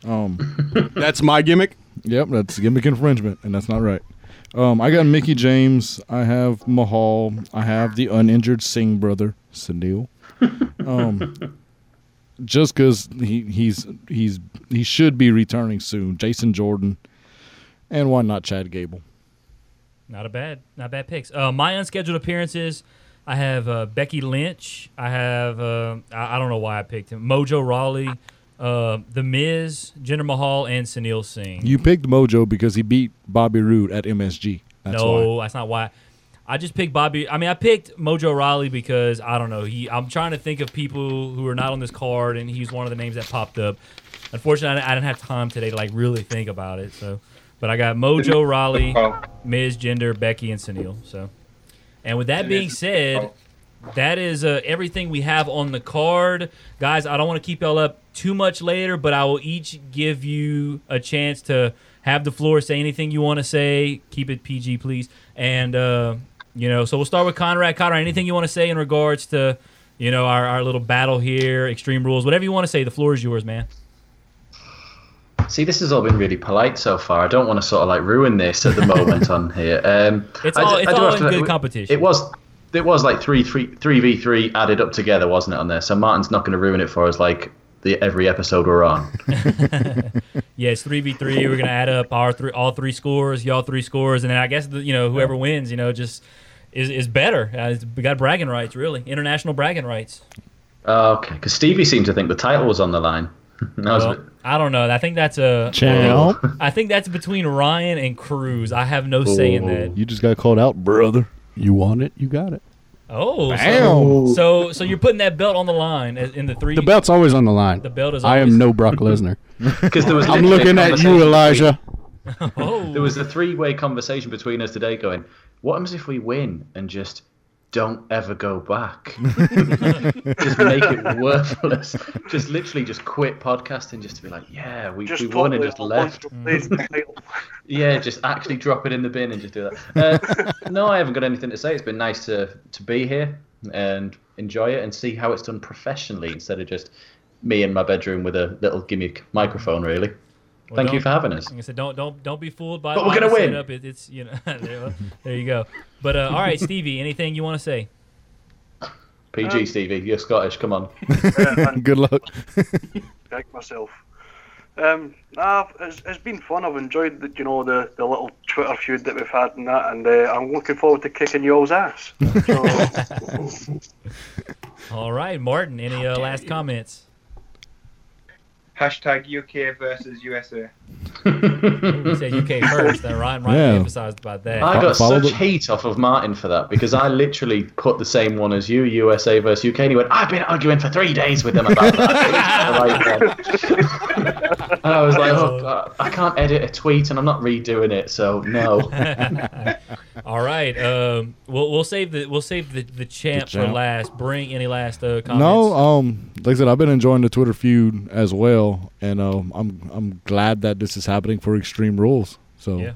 That's my gimmick. Yep, that's gimmick infringement, and that's not right. Um, I got Mickey James. I have Mahal. I have the uninjured Singh brother, Sunil. Um, just because he, he's he's he should be returning soon. Jason Jordan, and why not Chad Gable? Not a bad, not bad picks. Uh, my unscheduled appearances, I have uh, Becky Lynch. I have uh, I, I don't know why I picked him. Mojo Raleigh, uh, The Miz, Jinder Mahal, and Sunil Singh. You picked Mojo because he beat Bobby Roode at MSG. That's no, why. that's not why. I just picked Bobby. I mean, I picked Mojo Raleigh because I don't know. He. I'm trying to think of people who are not on this card, and he's one of the names that popped up. Unfortunately, I I didn't have time today to like really think about it. So, but I got Mojo Raleigh, Ms. Gender, Becky, and Sunil. So, and with that being said, that is uh, everything we have on the card, guys. I don't want to keep y'all up too much later, but I will each give you a chance to have the floor, say anything you want to say. Keep it PG, please. And uh, you know, so we'll start with Conrad. Conrad, anything you want to say in regards to you know our, our little battle here, Extreme Rules, whatever you want to say. The floor is yours, man. See, this has all been really polite so far. I don't want to sort of like ruin this at the moment on here. Um, It's I d- all- I it's do all have to- in good we- competition. It was. It was like three, three, three v three added up together, wasn't it? On there, so Martin's not going to ruin it for us like the every episode we're on. Yes, three v three. We're gonna add up our three, all three scores, y'all three scores, and then I guess the, you know whoever wins, you know, just is is better. Uh, it's, we got bragging rights, really, international bragging rights. okay, because Stevie seemed to think the title was on the line. I was, Well, I don't know. I think that's a. Champ, I think that's between Ryan and Cruz. I have no say in that. you just got called out, brother. You want it, you got it. Oh, so, so so you're putting that belt on the line as- in the three. The belt's always on the line. The belt is. I am always- no Brock Lesnar. because there was. I'm literally a looking at conversation you, Elijah. Oh, There was a three-way conversation between us today, going, "What happens if we win and just don't ever go back? just make it worthless. Just literally just quit podcasting, just to be like, yeah, we, Just we won and totally just left. Mm. replaced the title. Yeah, just actually drop it in the bin and just do that." Uh, no, I haven't got anything to say. It's been nice to to be here and enjoy it and see how it's done professionally instead of just me in my bedroom with a little gimmick microphone. Really, Well, thank you don't- for having us. Like I said, don't don't don't be fooled by. But we're by gonna the win. setup. It, it's you know there, there you go. But uh, all right, Stevie, anything you want to say? PG Stevie, you're Scottish. Come on. Good luck. Beg myself. Um, nah, it's, it's been fun. I've enjoyed the, you know the, the little Twitter feud that we've had and that, and uh, I'm looking forward to kicking y'all's ass. So, All right, Martin, any uh, last comments? Hashtag UK versus USA. He said UK first, then Ryan Ryan Yeah. emphasized about that. I got Follow such the- heat off of Martin for that because I literally put the same one as you, USA versus UK, and he went, I've been arguing for three days with them about that. and I was like, oh, God, I can't edit a tweet and I'm not redoing it, so no. All right. Um, we'll we'll save the we'll save the, the champ for champ. last. Bring any last uh, comments. No, um, like I said, I've been enjoying the Twitter feud as well, and um, I'm I'm glad that this is happening for Extreme Rules. So, Yeah.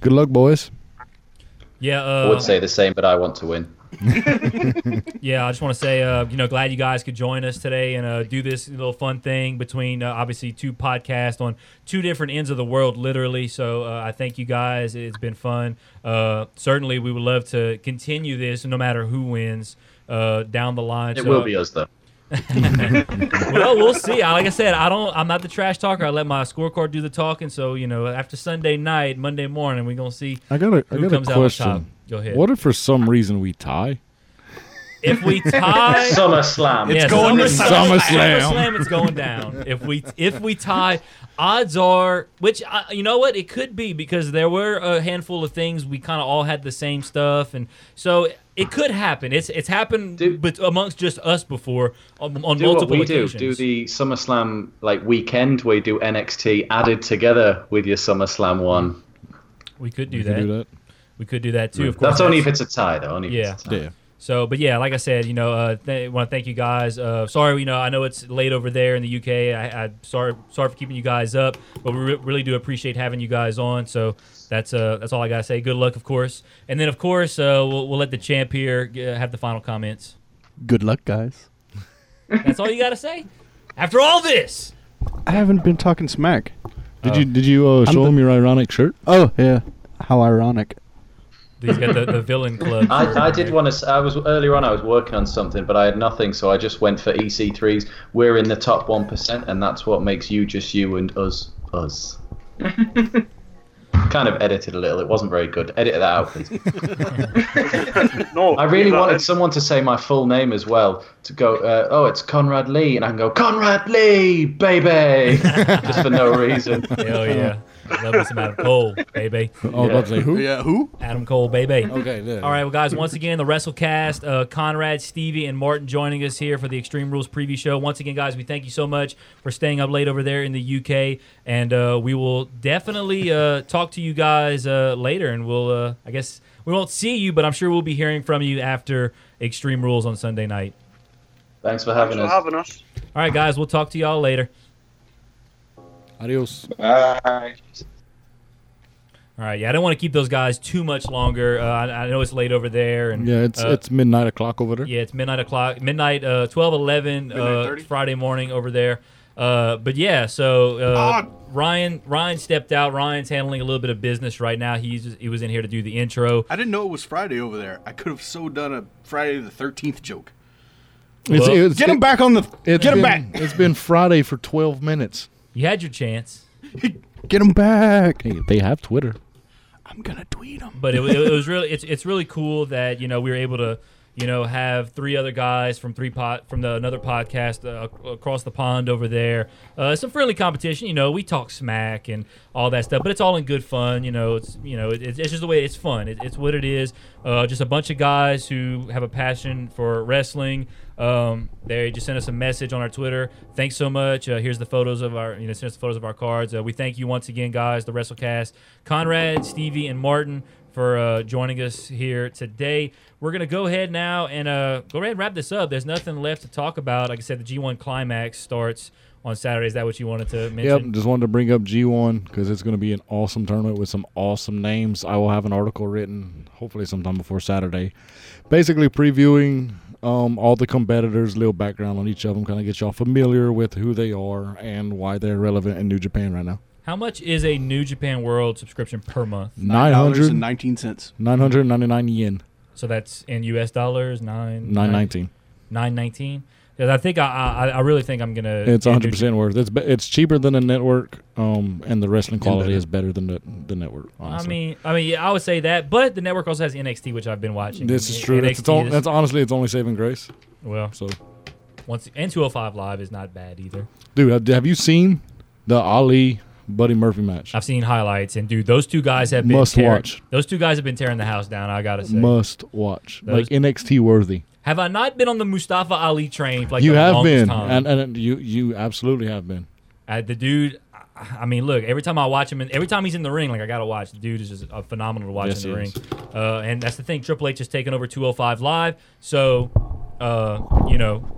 good luck, boys. Yeah. I Uh, would say the same, but I want to win. Yeah, I just want to say, uh, you know, glad you guys could join us today and uh, do this little fun thing between uh, obviously two podcasts on two different ends of the world, literally. So uh, I thank you guys. It's been fun. Uh, certainly, we would love to continue this, no matter who wins uh, down the line. It So- will be us though. well, we'll see. I- Like I said, I don't. I'm not the trash talker. I let my scorecard do the talking. So you know, after Sunday night, Monday morning, we're gonna see. I got a I Who got comes a out on top? question. Go ahead. What if for some reason we tie? If we tie, Summer Slam. Yeah, going to SummerSlam. SummerSlam. SummerSlam, It's going down. If we if we tie, odds are, which uh, you know what, it could be because there were a handful of things we kind of all had the same stuff, and so it could happen. It's it's happened, Do- but amongst just us before on, on Do multiple what we do. occasions. Do the SummerSlam like weekend where you do NXT added together with your SummerSlam one. we could We do can that. do that. We could do that too. Of course, That's only if it's a tie, though. Only if Yeah. it's a tie. Yeah. So, but yeah, like I said, you know, uh, th- want to thank you guys. Uh, sorry, you know, I know it's late over there in the UK. I, I sorry, sorry for keeping you guys up, but we re- really do appreciate having you guys on. So that's uh, that's all I gotta say. Good luck, of course, and then of course uh, we'll, we'll let the champ here uh, have the final comments. Good luck, guys. That's all you gotta say. After all this, I haven't been talking smack. Did you did you uh, show the- him your ironic shirt? Oh yeah, how ironic. he's got the, the villain club. I, I did want to. I was earlier on. I was working on something, but I had nothing, so I just went for EC3s. We're in the top one percent, and that's what makes you just you and us us. kind of edited a little. It wasn't very good. Edit that out, please. No, I really leave that in. wanted someone to say my full name as well. To go, uh, oh, it's Conrad Lee, and I can go Conrad Lee, baby, just for no reason. Hell yeah, love me some Adam Cole, baby. Oh, I was about to say who? Yeah, who? Adam Cole, baby. Okay. Yeah. All right, well, guys, once again, the WrestleCast, uh, Conrad, Stevie, and Martin joining us here for the Extreme Rules preview show. Once again, guys, we thank you so much for staying up late over there in the UK, and uh, we will definitely uh, talk to you guys uh, later, and we'll, uh, I guess, we won't see you, but I'm sure we'll be hearing from you after Extreme Rules on Sunday night. Thanks for Thanks having for us. having us. All right, guys, we'll talk to y'all later. Adios. Bye. All right, yeah, I don't want to keep those guys too much longer. Uh, I, I know it's late over there, and Yeah, it's uh, it's midnight o'clock over there. Yeah, it's midnight o'clock, midnight, uh, 12, 11, Midnight uh, 30? Friday morning over there. Uh, but yeah, so uh, Ryan Ryan stepped out. Ryan's handling a little bit of business right now. He's he was in here to do the intro. I didn't know it was Friday over there. I could have so done a Friday the Thirteenth joke. It's, Well, it's, Get him back on the. it's get him back. been- It's been Friday for twelve minutes. You had your chance, Get him back. Hey, they have Twitter. I'm gonna tweet him. but it, wa- it was really it's it's really cool that you know we were able to you know have three other guys from three pot from the another podcast uh, ac- across the pond over there. Uh, some friendly competition. You know, we talk smack and all that stuff, but it's all in good fun. You know, it's you know it, it's it's just the way it's fun. It, it's what it is. Uh, just a bunch of guys who have a passion for wrestling. Um, they just sent us a message on our Twitter. Thanks so much. Uh, here's the photos of our, you know, sent us the photos of our cards. Uh, we thank you once again, guys, the WrestleCast, Conrad, Stevie, and Martin for uh, joining us here today. We're gonna go ahead now and uh, go ahead and wrap this up. There's nothing left to talk about. Like I said, the G1 climax starts on Saturday. Is that what you wanted to Yep, mention? just wanted to bring up G1 because it's going to be an awesome tournament with some awesome names. I will have an article written hopefully sometime before Saturday, basically previewing um, all the competitors, little background on each of them, kind of get y'all familiar with who they are and why they're relevant in New Japan right now. How much is a New Japan World subscription per month? 900, and nineteen cents. 999 yen, So that's in U.S. dollars nine 919. nine nineteen. Because I think I, I I really think I'm gonna. get It's New 100 percent worth. It's be- it's cheaper than a network, um, and the wrestling quality better. is better than the, the network. I Honestly. mean, I mean, yeah, I would say that, but the network also has NXT, which I've been watching. this is And true. NXT That's, its on- is- that's honestly its only saving grace. well, So. once and 205 Live is not bad either. Dude, have- have you seen the Ali Buddy Murphy match? I've seen highlights, and dude, those two guys have been Must tearing- watch. Those two guys have been tearing the house down. I gotta say, Must watch. Those- Like NXT worthy. have I not been on the Mustafa Ali train for like you the have longest been, time? and, and you you absolutely have been. Uh, the dude, I- I mean, look, every time I watch him, and every time he's in the ring, like I gotta watch. The dude is just a phenomenal to watch Yes, in the he ring. is. Uh, and that's the thing. Triple H has taken over 205 Live, so uh, you know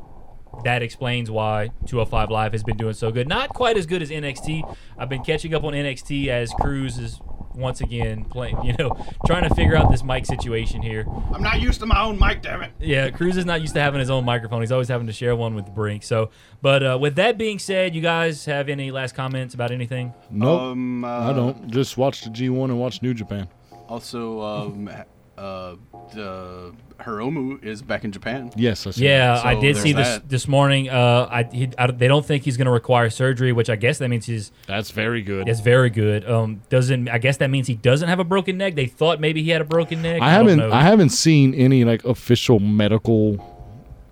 that explains why 205 Live has been doing so good. Not quite as good as NXT. I've been catching up on NXT as Cruz is once again playing. You know, trying to figure out this mic situation here. I'm not used to my own mic, damn it. Yeah, Cruz is not used to having his own microphone. He's always having to share one with Brink. So, but uh, with that being said, you guys have any last comments about anything? Nope. Um, uh, I don't. Just watch the G1 and watch New Japan. Also, um, uh, the Hiromu is back in Japan. Yes, I see. Yeah, I So did see there's this that. this morning. Uh, I, he, I don't- they don't think he's going to require surgery, which I guess that means he's That's very good. is very good. Um, doesn't I guess that means he doesn't have a broken neck. They thought maybe he had a broken neck. I don't haven't know. I haven't seen any like official medical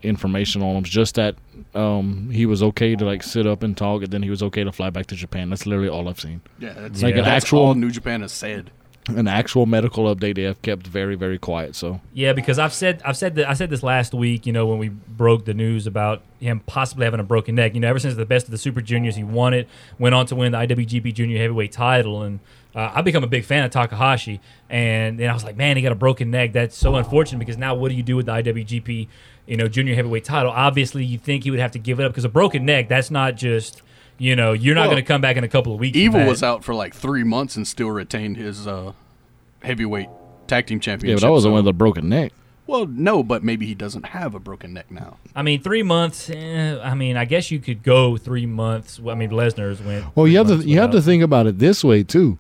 information on him. Just that um, he was okay to like sit up and talk, and then he was okay to fly back to Japan. That's literally all I've seen. Yeah, that's, Like like an that's actual- all New Japan has said. An actual medical update they have kept very very quiet. So Yeah, because I've said I've said that I said this last week. You know, when we broke the news about him possibly having a broken neck. You know, ever since the best of the Super Juniors, he won it, went on to win the IWGP Junior Heavyweight title, and uh, I become a big fan of Takahashi. And then I was like, man, he got a broken neck. That's so unfortunate because now what do you do with the IWGP, you know, Junior Heavyweight title? Obviously, you think he would have to give it up because a broken neck. That's not just you know, you're not Well, going to come back in a couple of weeks. from Evil that. was out for like three months and still retained his uh, heavyweight tag team yeah, championship. but I wasn't so- with a broken neck. Well, no, but maybe he doesn't have a broken neck now. I mean, three months. Eh, I mean, I guess you could go three months. I mean, Lesnar's went. Well, three you have to months you have to without- think about it this way too.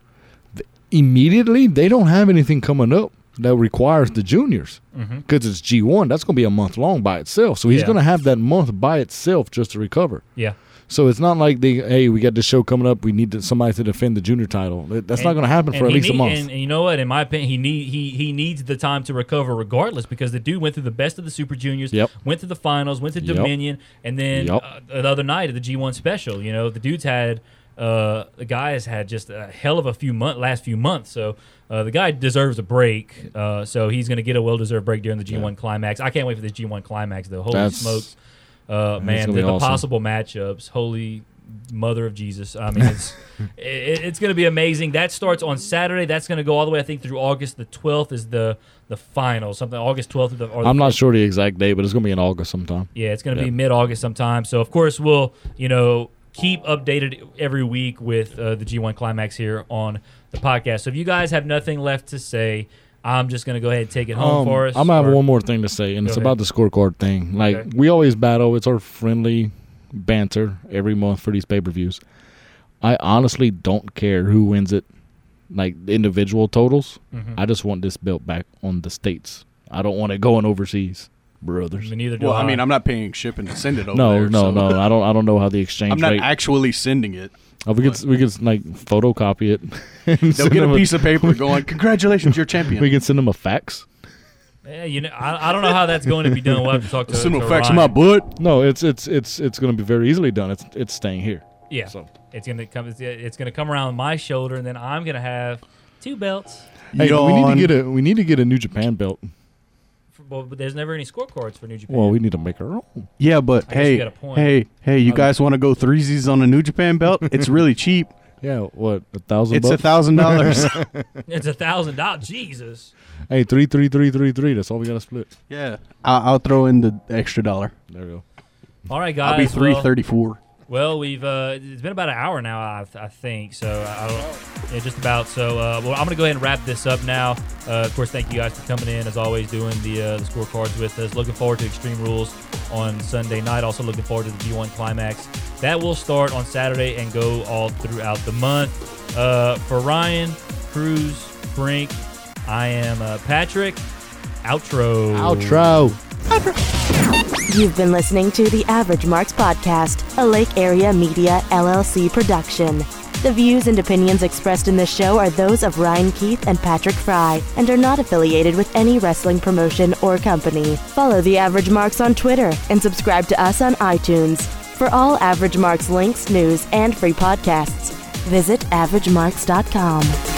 Th- Immediately, they don't have anything coming up that requires the juniors because it's G one. That's going to be a month long by itself. So Mm-hmm. he's Yeah. going to have that month by itself just to recover. Yeah. So it's not like they, hey, we got this show coming up. We need to, somebody to defend the junior title. That- That's not And- going to happen and for at he least a need- month. And, and you know what? In my opinion, he need he he needs the time to recover regardless because the dude went through the best of the Super Juniors, Yep. went to the finals, went to Yep. Dominion, and then Yep. uh, the other night at the G1 special. You know, the dude's had uh, the guy has had just a hell of a few month last few months. So. Uh, the guy deserves a break, uh, so he's going to get a well-deserved break during the G1 climax. I can't wait for this G1 climax, though. Holy That's- smokes! Uh, man, gonna the, be the awesome. possible matchups. Holy mother of Jesus! I mean, it's it, it's going to be amazing. That starts on Saturday. That's going to go all the way, I think, through August the twelfth is the the final. Something August twelfth. Or the, I'm not sure the exact day, but it's going to be in August sometime. yeah, it's going to be Yeah. mid August sometime. So of course we'll you know keep updated every week with uh, the G1 climax here on the podcast. So if you guys have nothing left to say, I'm just going to go ahead and take it home Um, for us. I'm gonna have Or- one more thing to say, and Go it's ahead. about the scorecard thing. Like Okay. we always battle; it's our friendly banter every month for these pay per views. I honestly don't care who wins it, like the individual totals. Mm-hmm. I just want this belt back on the states. I don't want it going overseas, brothers. Neither do Well, I mean, I'm not paying shipping to send it over uh, No, there, no, so- no. I don't. I don't know how the exchange I'm not rate. actually sending it. Uh, we could we could like photocopy it. and They'll send get them a piece of paper going, "Congratulations, you're champion." We can send them a fax. Yeah, you know, I, I don't know how that's going to be done. We'll have to talk to, Send to them a fax in Ryan. my butt. No, it's it's it's it's going to be very easily done. It's it's staying here. Yeah, So- it's gonna come. It's, it's gonna come around my shoulder, and then I'm gonna have two belts. Hey, we need to Yawn. get a we need to get a New Japan belt. For, well, but there's never any scorecards for New Japan. Well, we need to make our own. Yeah, but guess you hey, got a point. hey, hey, you guys want to go threesies on a New Japan belt? It's really cheap. Yeah, what a thousand? It's a bucks? thousand dollars. it's a thousand dollars. Jesus. Hey, three, three, three, three, three. That's all we gotta split. Yeah, I- I'll throw in the extra dollar. There we go. All right, guys. I'll be three well- thirty-four. Well, we've uh, it's been about an hour now, I, I think. So, I, I- yeah, just about. So, uh, well, I'm gonna go ahead and wrap this up now. Uh, of course, thank you guys for coming in as always, doing the, uh, the scorecards with us. Looking forward to Extreme Rules on Sunday night. Also looking forward to the G1 Climax that will start on Saturday and go all throughout the month. Uh, for Ryan, Cruz, Brink, I am uh, Patrick. Outro. Oh. Outro. You've been listening to the Average Marks Podcast, a Lake Area Media LLC production. The views and opinions expressed in this show are those of Ryan Keith and Patrick Fry and are not affiliated with any wrestling promotion or company. Follow the Average Marks on Twitter and subscribe to us on iTunes. For all Average Marks links, news, and free podcasts, visit averagemarks.com.